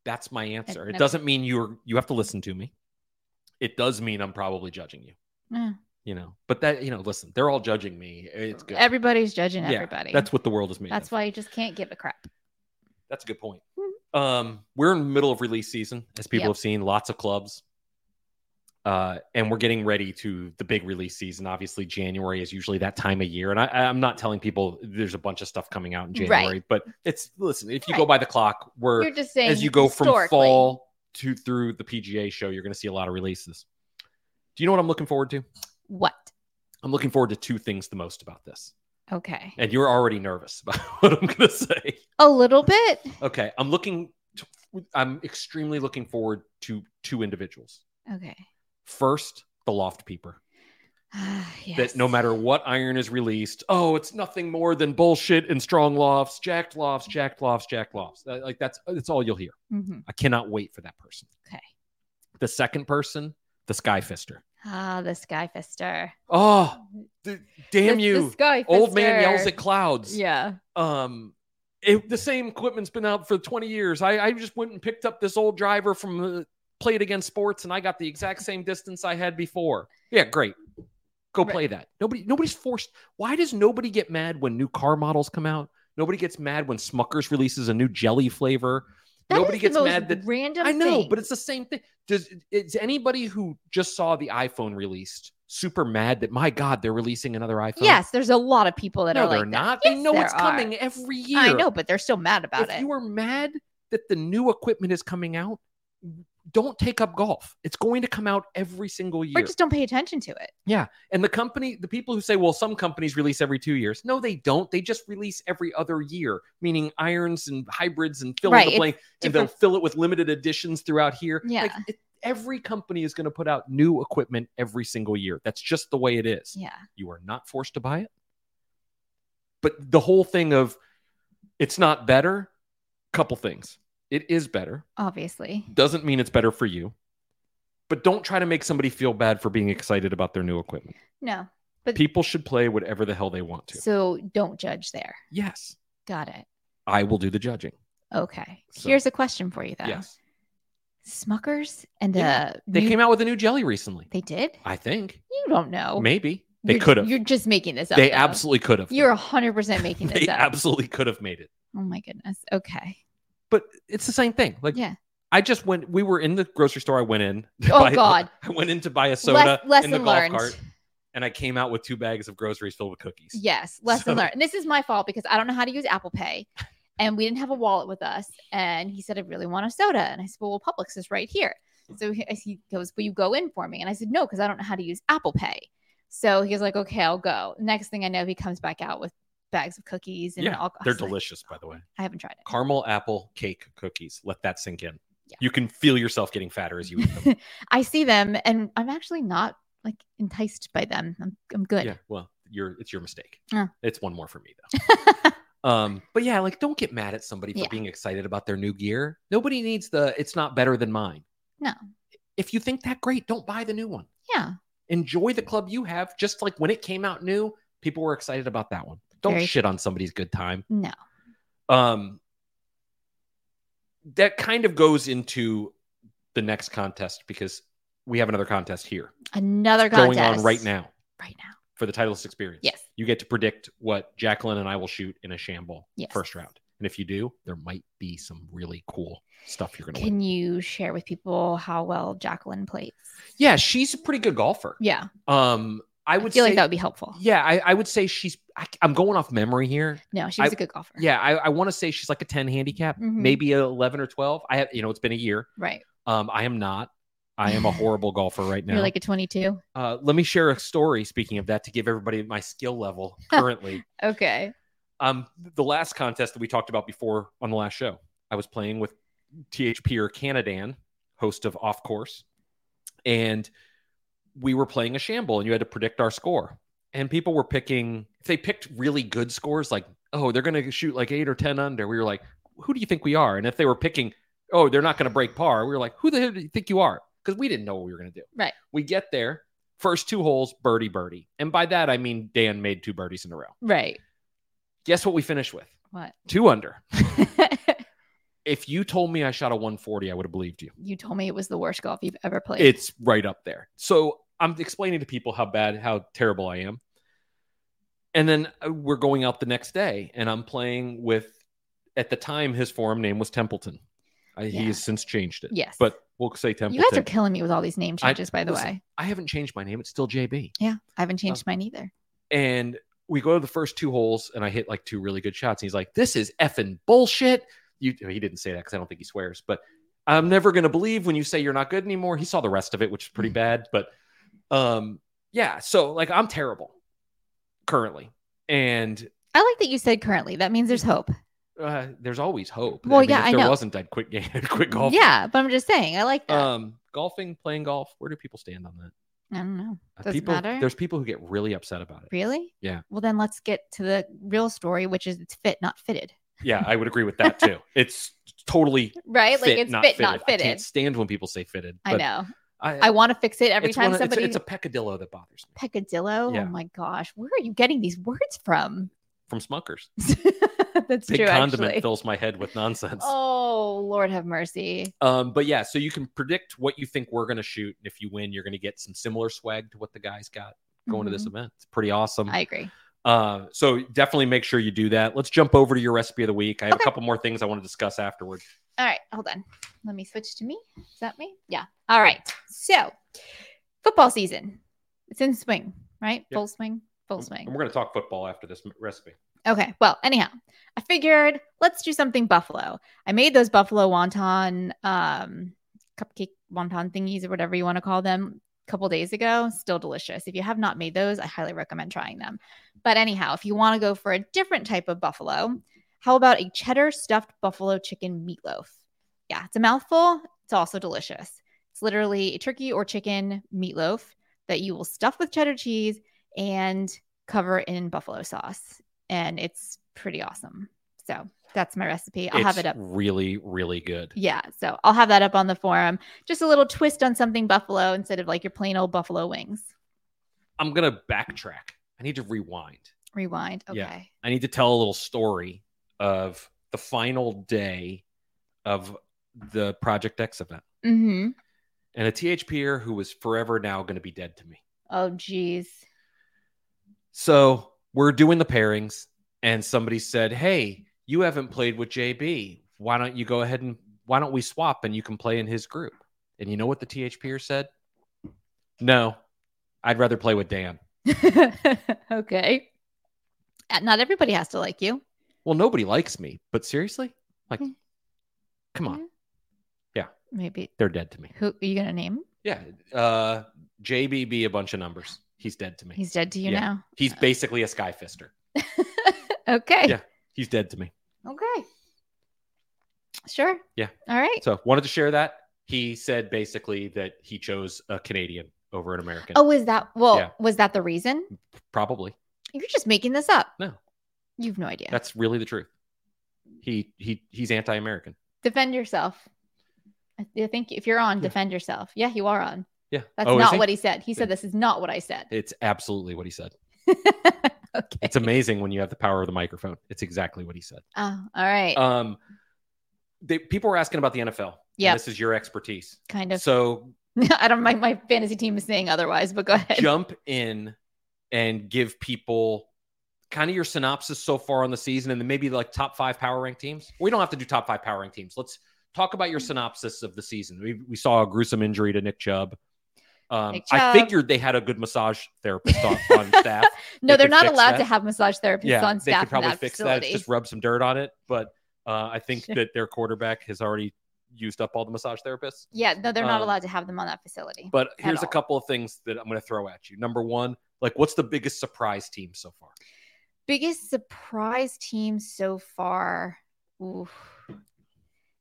C: that's my answer. It
D: never-
C: doesn't mean you're you have to listen to me. It does mean I'm probably judging you.
D: Yeah.
C: You know, but that you know, listen, they're all judging me. It's good.
D: Everybody's judging
C: Yeah,
D: everybody.
C: That's what the world is made.
D: that's
C: of.
D: why you just can't give a crap.
C: That's a good point.
D: Mm-hmm.
C: Um, we're in the middle of release season, as people
D: Yep.
C: have seen, lots of clubs. Uh, and we're getting ready to the big release season. Obviously, January is usually that time of year. And I, I'm not telling people there's a bunch of stuff coming out in
D: Right.
C: January, but it's listen, if you go
D: Right.
C: by the clock, we're
D: You're just saying
C: as you go from
D: historically.
C: fall to through the PGA show, you're going to see a lot of releases. Do you know what I'm looking forward to?
D: What?
C: I'm looking forward to two things the most about this.
D: Okay,
C: And you're already nervous about *laughs* what I'm going to say.
D: a little bit.
C: Okay, I'm looking to, I'm extremely looking forward to two individuals.
D: Okay. *sighs*
C: First, the loft peeper.
D: Yes.
C: That no matter what iron is released, oh, it's nothing more than bullshit and strong lofts, jacked lofts, jacked lofts, jacked lofts. That- Like that's that's all you'll hear.
D: Mhm.
C: I cannot wait for that person.
D: Okay.
C: The second person, the sky fister.
D: Ah, the sky fister.
C: Oh, d- damn
D: The-
C: you.
D: The sky
C: Old man
D: fister.
C: yells at clouds.
D: Yeah.
C: Um, it, the same equipment's been out for 20 years. I, I just went and picked up this old driver from uh, Played Against Sports, and I got the exact same distance I had before. Yeah, great. Go
D: Right.
C: play that. Nobody, nobody's forced. Why does nobody get mad when new car models come out? Nobody gets mad when Smucker's releases a new jelly flavor.
D: That is
C: nobody
D: the
C: gets
D: most
C: mad that
D: random.
C: I know,
D: thing.
C: but it's the same thing. Does is anybody who just saw the iPhone released super mad that my God they're releasing another iPhone?
D: yes, there's a lot of people that
C: no,
D: are like
C: they're
D: that.
C: not. they
D: Yes,
C: know
D: there
C: it's
D: are.
C: coming every year.
D: I know, but they're still mad about
C: if
D: it.
C: you are mad that the new equipment is coming out, don't take up golf. It's going to come out every single
D: or
C: year.
D: just don't pay attention to it.
C: And the company, the people who say, well, some companies release every two years. No, they don't. They just release every other year, meaning irons and hybrids and fill
D: Right,
C: in the
D: it's
C: blank. And they'll
D: different-
C: fill it with limited editions throughout here.
D: Yeah.
C: Like, it- every company is going to put out new equipment every single year. That's just the way it is.
D: Yeah.
C: You are not forced to buy it. But the whole thing of it's not better, couple things. It is better.
D: Obviously.
C: Doesn't mean it's better for you. But don't try to make somebody feel bad for being excited about their new equipment
D: No. But
C: people should play whatever the hell they want to.
D: so don't judge there.
C: yes,
D: Got it.
C: I will do the judging.
D: Okay.
C: So-
D: Here's a question for you though.
C: Yes,
D: Smuckers and
C: Yeah,
D: uh
C: they came out with a new jelly recently.
D: They did?
C: I think
D: You don't know.
C: maybe they
D: Oh, You're-
C: could have.
D: You're just making this up.
C: They
D: though.
C: absolutely could have. *laughs*
D: You're hundred percent making
C: They
D: this up.
C: absolutely could have made it.
D: oh my goodness. Okay.
C: *laughs* But it's the same thing. Like
D: Yeah.
C: I just went. We were in the grocery store. I went in. to
D: Oh,
C: buy- *laughs*
D: God.
C: I went in to buy a soda
D: Les- lesson
C: in the golf
D: learned.
C: cart, and I came out with two bags of groceries filled with cookies.
D: Yes, lesson
C: So-
D: learned. And this is my fault because I don't know how to use Apple Pay. And we didn't have a wallet with us. And he said, I really want a soda. And I said, Well, Publix is right here. So he, he goes, Will you go in for me? And I said, No, because I don't know how to use Apple Pay. So he was like, Okay, I'll go. Next thing I know, he comes back out with bags of cookies and
C: Yeah,
D: all I
C: They're
D: was like,
C: delicious, by the way.
D: I haven't tried it.
C: Caramel apple cake cookies. Let that sink in.
D: Yeah.
C: You can feel yourself getting fatter as you eat them.
D: I see them and I'm actually not like enticed by them. I'm, I'm *laughs* good.
C: Yeah, well, your it's your mistake.
D: Oh.
C: It's one more for me
D: *laughs*
C: though. um, but yeah, like don't get mad at somebody for
D: Yeah.
C: being excited about their new gear. Nobody needs the it's not better than mine.
D: No.
C: If you think that great, don't buy the new one.
D: Yeah.
C: Enjoy the club you have, just like when it came out new, people were excited about that one. Don't
D: Very-
C: shit on somebody's good time.
D: No.
C: Um that kind of goes into the next contest because we have another contest here
D: Another
C: going
D: contest.
C: on right now
D: Right now.
C: for the Titleist experience
D: Yes.
C: you get to predict what Jacqueline and I will shoot in a shamble
D: Yes.
C: first round. And if you do, there might be some really cool stuff you're going to win.
D: Can you share with people how well Jacqueline plays?
C: Yeah, she's a pretty good golfer.
D: Yeah,
C: Um, I
D: I
C: would
D: feel
C: say,
D: like that would be helpful.
C: yeah, I, I would say she's, I, am going off memory here.
D: No, she
C: I-
D: was a good golfer.
C: Yeah, I, I want to say she's like a 10 handicap,
D: Mhm.
C: maybe a 11 or 12. I have, you know, it's been a year.
D: right.
C: Um, I am not. I
D: *laughs*
C: am a horrible golfer right now.
D: You're like a 22.
C: uh, let me share a story. Speaking of that, to give everybody my skill level
D: *laughs*
C: currently.
D: Okay.
C: um the last contest that we talked about before on the last show i was playing with thp or canadan host of Off Course, and we were playing a shamble, and you had to predict our score. And people were picking if they picked really good scores, like oh they're going to shoot like eight or ten under. We were like, who do you think we are? And if they were picking oh they're not going to break par, we were like, who the hell do you think you are? Because we didn't know what we were going to do.
D: Right.
C: We get there, first two holes, birdie birdie, and by that I mean Dan made two birdies in a row.
D: Right.
C: Guess what we finished with?
D: What? *laughs*
C: Two under. If you told me I shot a 140, I would have believed you.
D: you told me it was the worst golf you've ever played.
C: It's right up there. So I'm explaining to people how bad, how terrible I am. And then uh, we're going out the next day, and I'm playing with, at the time, his forum name was Templeton. I, He
D: Yeah.
C: has since changed it.
D: Yes.
C: But we'll say
D: you
C: Templeton.
D: guys are killing me with all these name
C: I-
D: changes, by the
C: listen.
D: way.
C: I haven't changed my name. It's still JB.
D: Yeah. I haven't changed
C: Oh.
D: mine either.
C: And we go to the first two holes, and I hit like two really good shots. And he's like, "This is effing bullshit." You, he didn't say that because I don't think he swears, but I'm never gonna believe when you say you're not good anymore. He saw the rest of it, which is
D: Hmm.
C: pretty bad, but um, yeah. So like, I'm terrible currently, and
D: I like that you said currently. That means there's hope.
C: uh, there's always hope.
D: Well, yeah,
C: if
D: I
C: there
D: know.
C: wasn't, *laughs* I'd quit game, quit golf.
D: Yeah, but I'm just saying. I like that.
C: Um, golfing, playing golf. Where do people stand on that?
D: I don't know.
C: Uh,
D: Doesn't
C: people,
D: matter.
C: There's people who get really upset about it.
D: Really?
C: Yeah.
D: Well, then let's get to the real story, which is it's fit, not fitted.
C: Yeah, I would agree with that
D: *laughs*
C: too. it's totally
D: Right? like
C: fit,
D: it's
C: not
D: fit,
C: fitted.
D: not
C: I
D: fitted.
C: can't stand when people say fitted.
D: I,
C: but
D: know.
C: I,
D: I want to fix it every
C: it's
D: time
C: one of- it's a-
D: somebody.
C: It's, a peccadillo that bothers
D: *laughs*
C: me
D: peccadillo.
C: Yeah.
D: Oh my gosh, where are you getting these words from? *laughs*
C: from Smuckers.
D: That's
C: Big
D: true.
C: condiment
D: actually.
C: fills my head with nonsense.
D: Oh Lord, have mercy.
C: Um, but yeah, so you can predict what you think we're gonna shoot, and if you win, you're gonna get some similar swag to what the guys got going to this
D: Mhm.
C: event. It's pretty awesome.
D: I agree.
C: uh, so definitely make sure you do that. Let's jump over to your recipe of the week. I have
D: Okay.
C: a couple more things I want to discuss afterwards.
D: All right, hold on. Let me switch to me. Is that me? Yeah. All right. So, football season. It's in swing, right?
C: Yep.
D: Full swing. Full
C: And
D: swing.
C: we're gonna talk football after this m- recipe.
D: Okay. Well, anyhow, I figured let's do something buffalo. I made those buffalo wonton um cupcake wonton thingies or whatever you want to call them a couple days ago. Still delicious. If you have not made those, I highly recommend trying them. But anyhow, if you want to go for a different type of buffalo, how about a cheddar stuffed buffalo chicken meatloaf? Yeah, it's a mouthful. It's also delicious. It's literally a turkey or chicken meatloaf that you will stuff with cheddar cheese and cover in buffalo sauce. And it's pretty awesome. So that's my recipe. I'll have
C: It's
D: it up.
C: Really, really good.
D: Yeah. So I'll have that up on the forum. Just a little twist on something buffalo instead of like your plain old buffalo wings.
C: I'm gonna backtrack. I need to rewind.
D: Rewind. Okay.
C: Yeah. I need to tell a little story of the final day of the Project X event
D: Mm-hmm.
C: and a THPer who was forever now going to be dead to me.
D: Oh, geez. *laughs*
C: So we're doing the pairings, and somebody said, Hey, you haven't played with JB. Why don't you go ahead and why don't we swap and you can play in his group? And you know what the THPer said? No, I'd rather play with Dan.
D: okay. Uh, Not everybody has to like you.
C: Well, nobody likes me, but seriously? Like,
D: Hmm.
C: come on,
D: Maybe.
C: they're dead to me.
D: Who are you going to name?
C: Yeah. Uh, JBB, a bunch of numbers. He's dead to me. He's,
D: He's dead to you
C: Yeah.
D: now. *laughs*
C: basically a skyfister.
D: Okay.
C: Yeah. He's dead to me.
D: Okay. Sure.
C: Yeah.
D: All right.
C: So wanted to share that. He said basically that he chose a Canadian over an American.
D: Oh, is that well?
C: Yeah.
D: Was that the reason?
C: Probably.
D: You're just making this up.
C: No.
D: You've no idea.
C: That's really the truth. He he he's anti-American.
D: defend yourself. I I think if you're on,
C: Yeah.
D: defend yourself. Yeah, you are on.
C: Yeah.
D: That's
C: Oh, is
D: not
C: he?
D: what he said. He said this is not what I said.
C: It's absolutely what he said.
D: *laughs* okay.
C: It's amazing when you have the power of the microphone. It's exactly what he said.
D: Oh, all right.
C: Um they, people were asking about the NFL. and
D: Yep.
C: This is your expertise.
D: kind of. *laughs*
C: So
D: I don't. My my fantasy team is saying otherwise, but go ahead.
C: jump in and give people kind of your synopsis so far on the season and then maybe like top five power rank teams. We don't have to do top five power rank teams. Let's talk about
D: Mm.
C: your synopsis of the season. We, we saw a gruesome injury to Nick Chubb. Um,
D: Nick
C: I
D: Chubb.
C: figured they had a good massage therapist on,
D: *laughs*
C: on staff.
D: no,
C: they
D: they're
C: could
D: not
C: fix
D: allowed to
C: that.
D: have massage therapists
C: yeah,
D: on
C: they
D: staff.
C: could probably
D: in that
C: fix that.
D: facility.
C: It's Just rub some dirt on it. But uh, I
D: *laughs*
C: think
D: Sure.
C: that their quarterback has already used up all the massage therapists.
D: Yeah, no, they're not
C: um,
D: allowed to have them on that facility.
C: But here's a
D: all.
C: couple of things that I'm going to throw at you. Number one, like what's the biggest surprise team so far?
D: Biggest surprise team so far. Oof.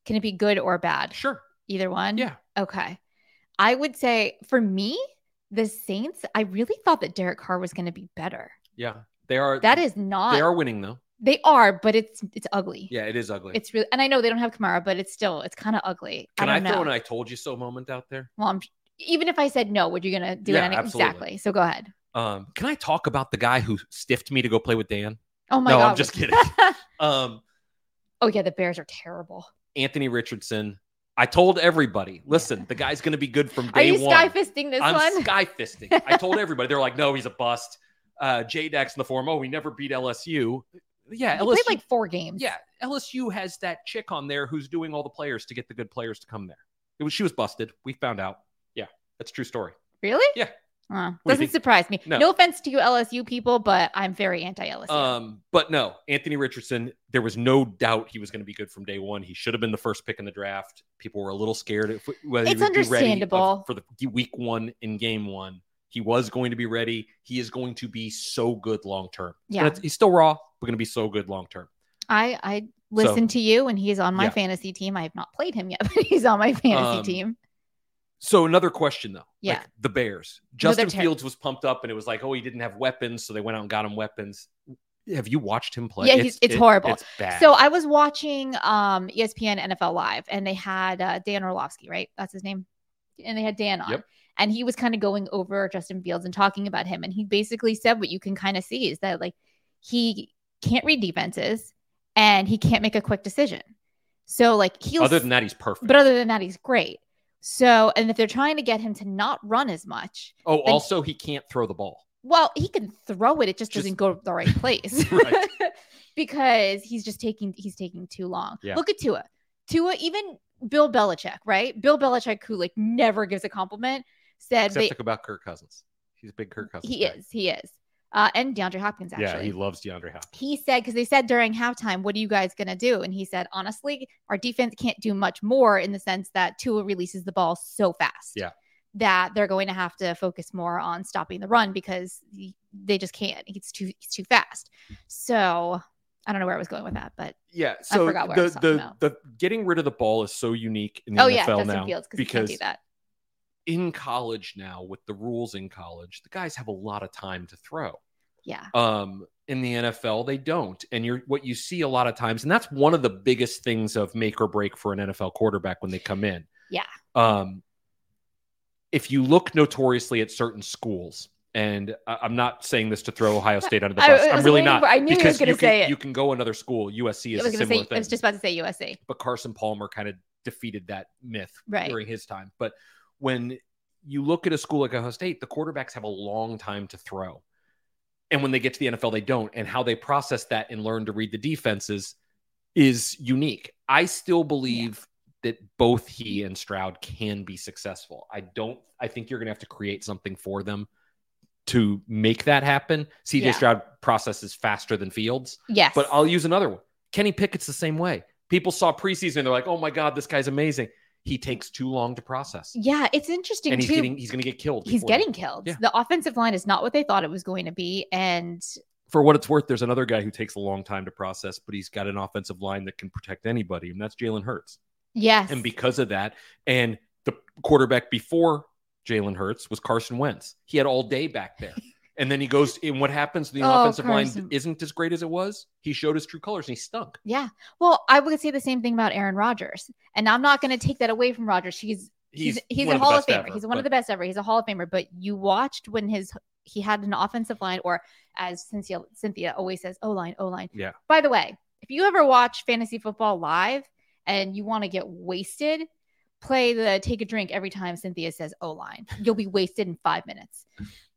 D: Can it be good or bad?
C: Sure.
D: Either one.
C: Yeah.
D: Okay. I would say for me, the Saints, I really thought that Derek Carr was going to be better.
C: Yeah, they are.
D: That is not
C: They are winning though.
D: they are, but it's it's ugly.
C: Yeah, it is ugly.
D: It's really and I know they don't have Kamara, but it's still it's kind of ugly.
C: Can
D: I
C: I,
D: don't
C: throw
D: know.
C: an "I told you so" moment out there?
D: well, I'm, even if I said no, would you gonna do
C: Yeah,
D: it anyway?
C: absolutely.
D: Exactly. So go ahead.
C: Um, can I talk about the guy who stiffed me to go play with Dan?
D: Oh my
C: No,
D: god.
C: I'm just
D: *laughs*
C: kidding. Um,
D: oh yeah, the Bears are terrible.
C: Anthony Richardson. I told everybody, listen, the guy's going to be good from
D: Are
C: day
D: you
C: one.
D: sky fisting this
C: I'm
D: one? *laughs*
C: sky fisting. I told everybody. They're like, no, he's a bust. Uh, Dax in the form. Oh, we never beat LSU. Yeah,
D: He
C: LSU.
D: played like four games.
C: yeah, LSU has that chick on there who's doing all the players to get the good players to come there. It was she was busted. We found out. Yeah, that's a true story.
D: Really?
C: Yeah.
D: Wow.
C: do you
D: doesn't
C: think?
D: surprise me.
C: No.
D: No. offense to you LSU people, but I'm very anti LSU.
C: Um, but no, Anthony Richardson, there was no doubt he was going to be good from day one. He should have been the first pick in the draft. People were a little scared if, whether he
D: It's
C: would be ready
D: understandable.
C: of- for the week one in game one. He was going to be ready. He is going to be so good long term.
D: Yeah.
C: That's- he's still raw, but going to be so good long term.
D: I I listen to you, and he's on my
C: Yeah.
D: fantasy team. I have not played him yet, *laughs* but he's on my fantasy
C: Um,
D: team.
C: So another question though,
D: Yeah.
C: like the Bears.
D: No, they're
C: Justin
D: ter-
C: Fields was pumped up, and it was like, oh, he didn't have weapons, so they went out and got him weapons. Have you watched him play?
D: Yeah, he's- it's horrible.
C: It's bad.
D: So I was watching um, ESPN NFL Live, and they had uh, Dan Orlovsky, right? That's his name. And they had Dan on,
C: Yep.
D: and he was kind of going over Justin Fields and talking about him, and he basically said what you can kind of see is that like he can't read defenses, and he can't make a quick decision. So like he'll
C: other than that, he's perfect.
D: but other than that, he's great. So and if they're trying to get him to not run as much,
C: oh, also he can't throw the ball.
D: well, he can throw it. It just,
C: Just-
D: doesn't go to
C: *laughs*
D: the right place
C: Right.
D: *laughs* because he's just taking he's taking too long.
C: Yeah.
D: Look at Tua. Tua, even Bill Belichick, right? Bill Belichick, who like never gives a compliment, said
C: Except
D: they,
C: like about Kirk Cousins. He's a big Kirk Cousins.
D: he
C: guy.
D: is, he is, uh, and DeAndre Hopkins actually.
C: Yeah, he loves DeAndre Hopkins.
D: he said because they said during halftime, "What are you guys gonna do?" And he said, "Honestly, our defense can't do much more in the sense that Tua releases the ball so fast,
C: Yeah.
D: that they're going to have to focus more on stopping the run because he- they just can't. It's too it's too fast." So I don't know where I was going with that, but
C: Yeah,
D: I
C: so
D: forgot what I
C: the
D: was talking
C: the,
D: about.
C: the getting rid of the ball is so unique in the
D: oh
C: NFL
D: yeah, Justin
C: now
D: Fields because he can't
C: because
D: do that.
C: in college now with the rules in college, the guys have a lot of time to throw.
D: Yeah,
C: um, in the NFL, they don't. And you're what you see a lot of times, and that's one of the biggest things of make or break for an NFL quarterback when they come in.
D: Yeah.
C: Um, if you look notoriously at certain schools, and I, am not saying this to throw Ohio State under the
D: *laughs* I-
C: bus,
D: I
C: I, am
D: was
C: really
D: waiting
C: not.
D: for- I knew you were
C: because
D: gonna
C: can-
D: say it.
C: You can go another school. USC
D: I
C: is
D: was
C: a
D: gonna
C: similar
D: say
C: thing
D: I was just about to say USC,
C: but Carson Palmer kind of defeated that myth
D: Right.
C: during his time. But when you look at a school like Ohio State, the quarterbacks have a long time to throw. And when they get to the NFL, they don't. And how they process that and learn to read the defenses is unique. I still believe that both he and Stroud can be successful. I don't, I think you're going to have to create something for them to make that happen. CJ
D: Yeah.
C: Stroud processes faster than Fields.
D: yes,
C: But I'll use another one. Kenny Pickett's the same way. People saw preseason, they're like, "Oh my god, this guy's amazing." He takes too long to process,
D: yeah, it's interesting
C: and he's
D: too.
C: getting he's going to get killed.
D: He's
C: before that.
D: getting killed.
C: Yeah.
D: The offensive line is not what they thought it was going to be, and
C: for what it's worth. There's another guy who takes a long time to process, but he's got an offensive line that can protect anybody, and that's Jalen Hurts.
D: yes,
C: And because of that, and the quarterback before Jalen Hurts was Carson Wentz. He had all day back
D: *laughs*
C: there. And then he goes, and what happens? The
D: Oh,
C: offensive
D: Carson.
C: line isn't as great as it was. He showed his true colors and he stunk.
D: Yeah. Well, I would say the same thing about Aaron Rodgers. And I'm not going to take that away from Rodgers. He's he's he's,
C: one
D: a
C: the
D: Hall of
C: best
D: Famer.
C: ever,
D: he's one
C: but-
D: of the best ever. He's a Hall of Famer, but you watched when his he had an offensive line or as Cynthia Cynthia always says, O-line, O-line.
C: Yeah.
D: By the way, if you ever watch fantasy football live and you want to get wasted, play the take a drink every time Cynthia says O-line. You'll be wasted in
C: *laughs*
D: 5 minutes.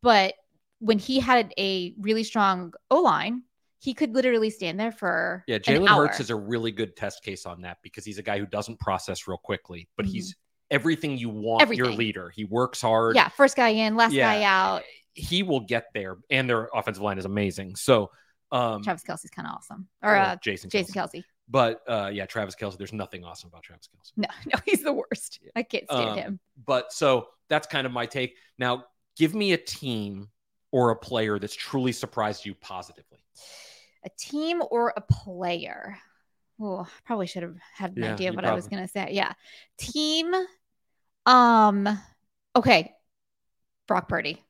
D: But when he had a really strong O-line, he could literally stand there for
C: Yeah,
D: an
C: Jalen Hurts
D: hour.
C: is a really good test case on that because he's a guy who doesn't process real quickly, but
D: Mhm.
C: he's everything you want your
D: Everything.
C: leader. He works hard.
D: Yeah, first guy in, last
C: Yeah.
D: guy out.
C: He will get there. And their offensive line is amazing. So um oh,
D: Travis Kelsey's kind of awesome, or uh,
C: Jason
D: Jason
C: Jason Kelsey.
D: Kelsey. *laughs*
C: But uh yeah, Travis Kelsey, there's nothing awesome about Travis Kelsey.
D: No, no, he's the worst.
C: Yeah.
D: I can't stand
C: Um,
D: him.
C: But so that's kind of my take. Now, give me a team or a player that's truly surprised you positively.
D: A team or a player? Oh, I probably should have had an
C: Yeah,
D: idea
C: you
D: of what I was
C: probably-
D: gonna say. Yeah, team. Um, okay, Brock Purdy.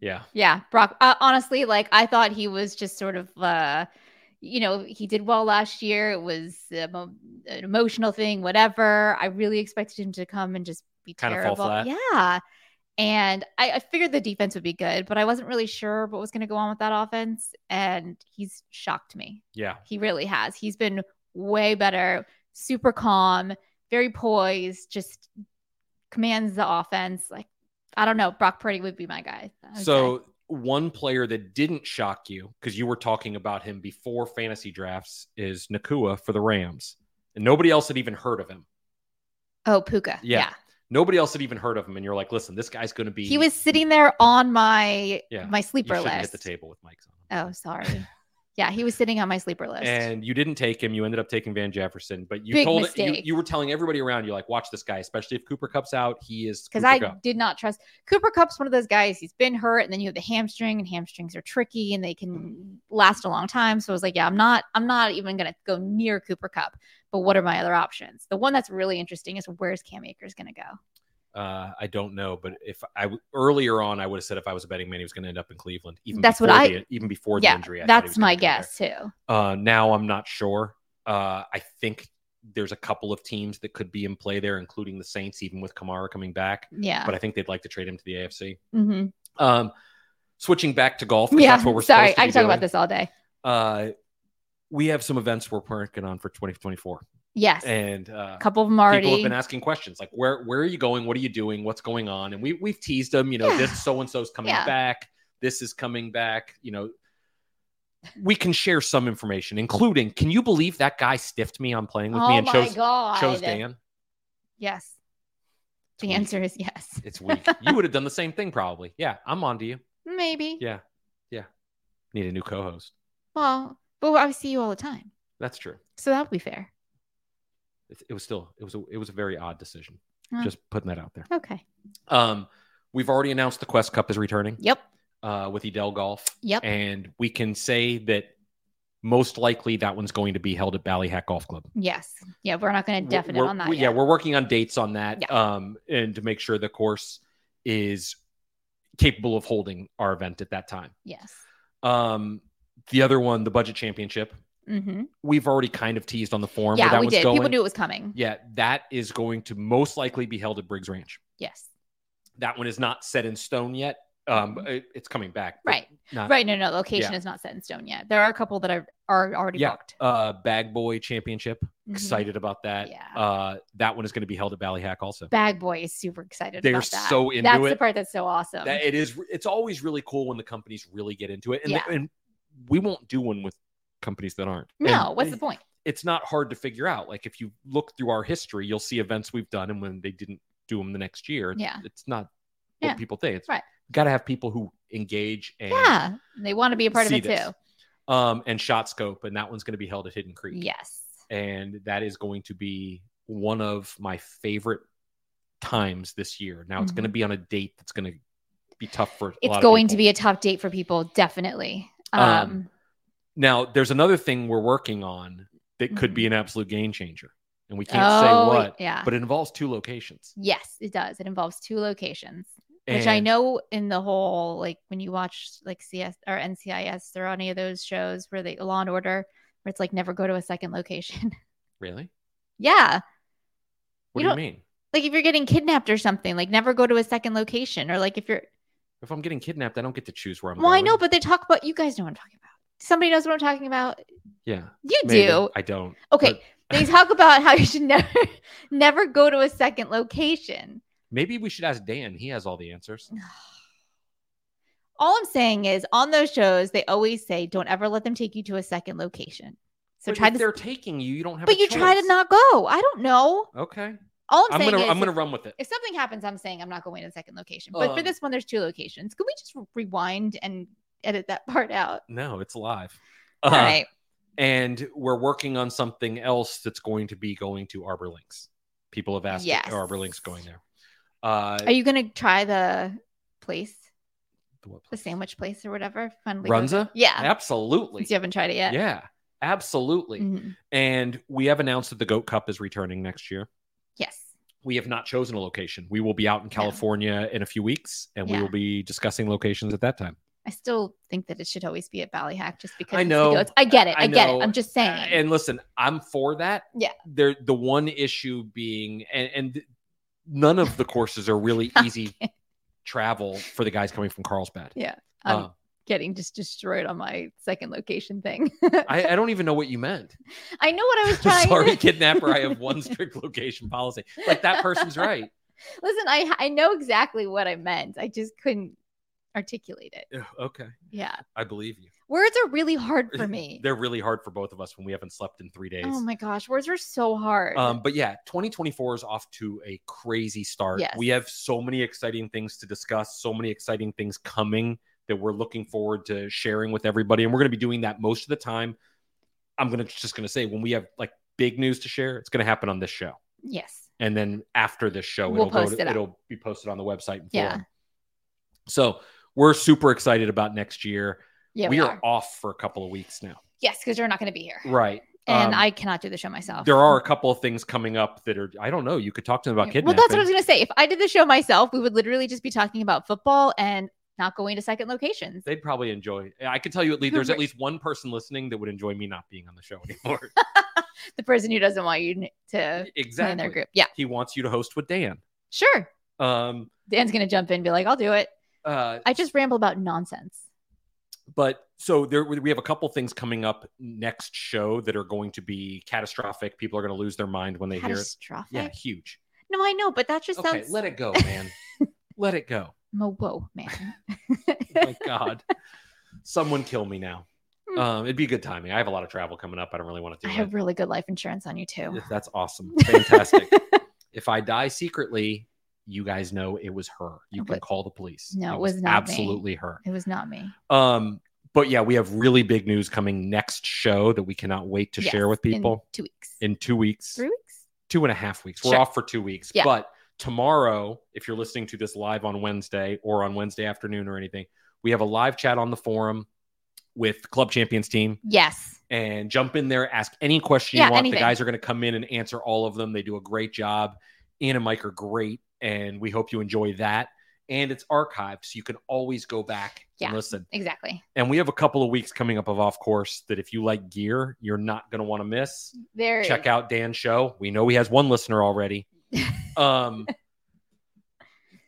C: Yeah.
D: Yeah, Brock. Uh, honestly, like I thought he was just sort of, uh, you know, he did well last year. It was emo- an emotional thing, whatever. I really expected him to come and just be
C: Kinda fall
D: terrible.
C: flat.
D: Yeah, and I, I figured the defense would be good, but I wasn't really sure what was going to go on with that offense, and he's shocked me.
C: Yeah.
D: He really has. He's been way better, super calm, very poised, just commands the offense. Like, I don't know. Brock Purdy would be my guy. I would say.
C: So one player that didn't shock you because you were talking about him before fantasy drafts is Nakua for the Rams, and nobody else had even heard of him.
D: oh, Puka.
C: Yeah.
D: Yeah.
C: Nobody else had even heard of him, and you're like, listen, this guy's going to be.
D: He was sitting there on my
C: Yeah.
D: my
C: You
D: sleeper
C: shouldn't
D: list.
C: hit the table with mics on. him. *laughs*
D: Oh, sorry. yeah, he was sitting on my sleeper list.
C: And you didn't take him. You ended up taking Van Jefferson, but you
D: Big
C: told you,
D: mistake.
C: you were telling everybody around. You're like, watch this guy, especially if Cooper Cup's out. He is
D: because
C: Cooper
D: I
C: Kupp.
D: did not trust Cooper Cup's one of those guys. He's been hurt, and then you have the hamstring, and hamstrings are tricky, and they can last a long time. So I was like, yeah, I'm not, I'm not even gonna go near Cooper Cup. But what are my other options? The one that's really interesting is where's Cam Akers gonna go?
C: Uh, I don't know, but if I w- earlier on, I would have said if I was a betting man, he was going to end up in Cleveland. Even
D: That's what
C: before
D: I-
C: the, even before the
D: yeah,
C: injury. I thought he was
D: that's
C: gonna
D: my
C: go there.
D: guess too.
C: Uh, now I'm not sure. Uh, I think there's a couple of teams that could be in play there, including the Saints, even with Kamara coming back.
D: Yeah.
C: But I think they'd like to trade him to the AFC.
D: hmm
C: Um, switching back to golf. 'cause
D: Yeah.
C: that's what we're
D: Sorry,
C: supposed to
D: I
C: be
D: can talk
C: doing.
D: about this all day.
C: Uh, we have some events we're working on for 2024,
D: Yes.
C: and uh,
D: a couple of them already.
C: people have been asking questions like where where are you going what are you doing what's going on and we, we've teased them you know
D: Yeah.
C: this so and so's coming
D: Yeah.
C: back this is coming back you know we can share some information including can you believe that guy stiffed me on playing with
D: oh
C: me and
D: my
C: chose
D: god.
C: chose dan
D: Yes.
C: It's
D: The
C: weak.
D: answer is yes. *laughs*
C: it's weak you would have done the same thing probably yeah i'm on to you
D: Maybe.
C: yeah yeah need a new co-host
D: Well, but I see you all the time,
C: that's true
D: so that would be fair.
C: it, it was still it was a, it was a very odd decision
D: Huh.
C: just putting that out there
D: Okay.
C: um we've already announced the quest cup is returning
D: Yep.
C: uh, with Edel Golf.
D: Yep.
C: And we can say that most likely that one's going to be held at Ballyhack Golf Club.
D: Yes. Yeah, we're not going
C: We're-
D: to definite
C: we're-
D: on that.
C: we- Yeah,
D: yet.
C: we're working on dates on that
D: Yeah.
C: um, and to make sure the course is capable of holding our event at that time.
D: Yes.
C: Um, the other one, the budget championship,
D: hmm
C: we've already kind of teased on the forum where
D: Yeah,
C: that
D: we
C: one's
D: did.
C: going.
D: People knew it was coming.
C: yeah, that is going to most likely be held at Briggs Ranch.
D: Yes.
C: That one is not set in stone yet. Um, it- it's coming back. but
D: Mm-hmm. Right.
C: Not,
D: Right. No, no. Location
C: Uh, yeah.
D: is not set in stone yet. There are a couple that are, are already
C: Yeah.
D: booked.
C: Uh, Bag Boy Championship.
D: Mhm.
C: excited about that.
D: Yeah.
C: Uh, that one is going to be held at Ballyhack also.
D: Bag Boy is super excited.
C: They're
D: about that.
C: so into
D: That's the
C: it.
D: part that's so awesome.
C: That it is. It's always really cool when the companies really get into it, and
D: Yeah.
C: and we won't do one with companies that aren't.
D: no,
C: And
D: what's the point?
C: It's not hard to figure out. Like if you look through our history, you'll see events we've done, and when they didn't do them the next year,
D: Yeah.
C: it's not what
D: Yeah.
C: people think. It's
D: Right.
C: Got to have people who engage and
D: Yeah. They want to be a part of
C: see
D: it
C: this.
D: too.
C: um and shot scope, and that one's going to be held at Hidden Creek.
D: Yes.
C: and that is going to be one of my favorite times this year. Now it's
D: Mhm.
C: going to be on a date that's going to be tough for a lot
D: It's
C: of
D: going to
C: people.
D: be a tough date for people, definitely.
C: Um,
D: Um,
C: Now there's another thing we're working on that could be an absolute game changer, and we can't
D: Mm-hmm. oh,
C: say what,
D: Yeah.
C: but it involves two locations.
D: Yes, it does. It involves two locations, which I
C: And
D: know in the whole like when you watch like CS or NCIS or any of those shows where they Law and Order, where it's like never go to a second location. *laughs*
C: Really,
D: yeah,
C: what
D: You
C: do you
D: don't-
C: mean?
D: like if you're getting kidnapped or something, like never go to a second location, or like if you're
C: If I'm getting kidnapped, I don't get to choose where I'm
D: well, I
C: going.
D: know, but they talk about you guys know what I'm talking about. Somebody knows what I'm talking about.
C: yeah,
D: You
C: maybe.
D: do.
C: I don't.
D: Okay, they talk about how you should *laughs* never never go to a second location.
C: Maybe we should ask Dan. He has all the answers.
D: All I'm saying is on those shows, they always say, don't ever let them take you to a second location. So
C: But
D: try
C: if
D: to,
C: they're taking you. You don't have.
D: but
C: a
D: you try
C: choice.
D: to not go. I don't know.
C: Okay,
D: All I'm,
C: I'm,
D: saying
C: gonna
D: is
C: I'm gonna run with it.
D: if something happens, I'm saying I'm not going to the second location. But for
C: Um,
D: this one, there's two locations. Could we just rewind and edit that *laughs* part out?
C: No, it's live.
D: All
C: Uh,
D: right.
C: and we're working on something else that's going to be going to Arbor Links. People have asked if
D: Yes.
C: Arbor Links going there. Uh,
D: Are you going to try the place,
C: what
D: the
C: place?
D: sandwich place or whatever? Finally go
C: Runza?
D: to- Yeah.
C: Absolutely.
D: Since you haven't tried it yet.
C: Yeah, absolutely.
D: Mhm.
C: And we have announced that the Goat Cup is returning next year.
D: Yes.
C: we have not chosen a location. We will be out in California in a few weeks, and we
D: Yeah.
C: will be discussing locations at that time.
D: I still think that it should always be at Ballyhack just because
C: I
D: it's the
C: know.
D: goats. I get it.
C: I
D: I, get
C: know.
D: it. I'm just saying.
C: Uh, And listen, I'm for that.
D: Yeah.
C: There, the one issue being, and, and none of the courses are
D: *laughs*
C: really easy travel for the guys coming from Carlsbad.
D: yeah. I'm
C: Uh,
D: getting just destroyed on my second location thing. *laughs*
C: I, I don't even know what you meant. *laughs*
D: I know what I was trying.
C: Sorry,
D: to- *laughs*
C: kidnapper. I have one strict location policy. Like that person's
D: *laughs*
C: right.
D: Listen, I I know exactly what I meant. I just couldn't articulate it.
C: Ugh, Okay,
D: Yeah.
C: I believe you.
D: Words are really hard
C: *laughs*
D: for me.
C: They're really hard for both of us when we haven't slept in three days.
D: oh my gosh, words are so hard.
C: Um, but yeah, 2024 is off to a crazy start.
D: Yes.
C: We have so many exciting things to discuss, so many exciting things coming that we're looking forward to sharing with everybody. And we're going to be doing that most of the time. I'm going to just going to say when we have like big news to share, it's going to happen on this show.
D: yes.
C: And then after this show,
D: We'll
C: it'll go
D: post
C: to,
D: it up.
C: will be posted on the website. And
D: Yeah.
C: forum. So we're super excited about next year.
D: Yeah,
C: we, are. off for a couple of weeks now.
D: Yes, because you're not going to be here,
C: Right.
D: and
C: Um,
D: I cannot do the show myself.
C: there are a couple of things coming up that are I don't know. You could talk to them about
D: Yeah.
C: kidnapping.
D: Well, that's what I was going to say. If I did the show myself, we would literally just be talking about football and not going to second locations.
C: They'd probably enjoy. I could tell you at
D: *laughs*
C: least there's at
D: Right.
C: least one person listening that would enjoy me not being on
D: *laughs*
C: the show anymore.
D: The person who doesn't want you n- to join
C: exactly.
D: their group. Yeah,
C: He wants you to host with Dan.
D: sure.
C: Um.
D: Dan's going to jump in and be like, I'll do it.
C: Uh.
D: I just ramble about nonsense.
C: But so there we have a couple things coming up next show that are going to be catastrophic. People are going to lose their mind when they hear it.
D: Catastrophic.
C: Yeah, huge.
D: No, I know, but that just
C: Okay,
D: sounds.
C: let it
D: *laughs*
C: go, man. let it go.
D: Mo- whoa, man.
C: Oh my
D: *laughs*
C: God. Someone kill me now.
D: Hmm.
C: Um, it'd be good timing. I have a lot of travel coming up. I don't really want to *laughs*
D: I
C: do it.
D: have really good life insurance on you too.
C: Yeah, That's awesome.
D: *laughs*
C: Fantastic. if I die secretly, you guys know it was her. You can
D: But-
C: call the police.
D: No, it was not me.
C: absolutely her.
D: It was not me.
C: Um, but yeah, we have really big news coming next show that we cannot wait to
D: Yes,
C: share with
D: in
C: people
D: two weeks,
C: in, two weeks,
D: three weeks.
C: two and a half weeks. We're
D: Sure.
C: off for two weeks.
D: Yeah.
C: But tomorrow, if you're listening to this live on Wednesday or on Wednesday afternoon or anything, we have a live chat on the forum with Club Champions team
D: Yes.
C: and jump in there, ask any question
D: Yeah,
C: you want. The
D: anything.
C: guys are going to come in and answer all of them. They do a great job. Ann and Mike are great, and we hope you enjoy that. And it's archived, so you can always go back
D: Yeah.
C: and listen.
D: Exactly.
C: And we have a couple of weeks coming up of off course that if you like gear, you're not going to want to miss.
D: There.
C: Check out Dan's show. We know he has one listener
D: *laughs*
C: already. Um,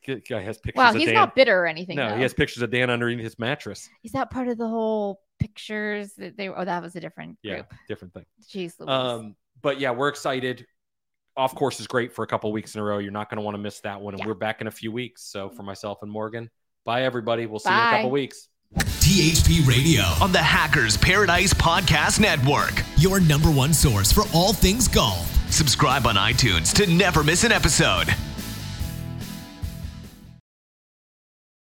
C: g- guy has pictures.
D: Wow,
C: of
D: he's
C: Dan.
D: not bitter or anything.
C: No,
D: though.
C: he has pictures of Dan underneath his mattress.
D: Is that part of the whole pictures that they? Oh, that was a different
C: Yeah,
D: group.
C: different thing.
D: Jeez, Louise.
C: Um, but yeah, we're excited. Off course is great for a couple weeks in a row. You're not going to want to miss that one. And
D: Yeah.
C: we're back in a few weeks. So for myself and Morgan, bye everybody. We'll see you in a
D: Bye.
C: couple weeks.
A: THP Radio,
B: on the Hackers Paradise Podcast Network.
A: your number one source for all things golf.
B: Subscribe on iTunes to never miss an episode.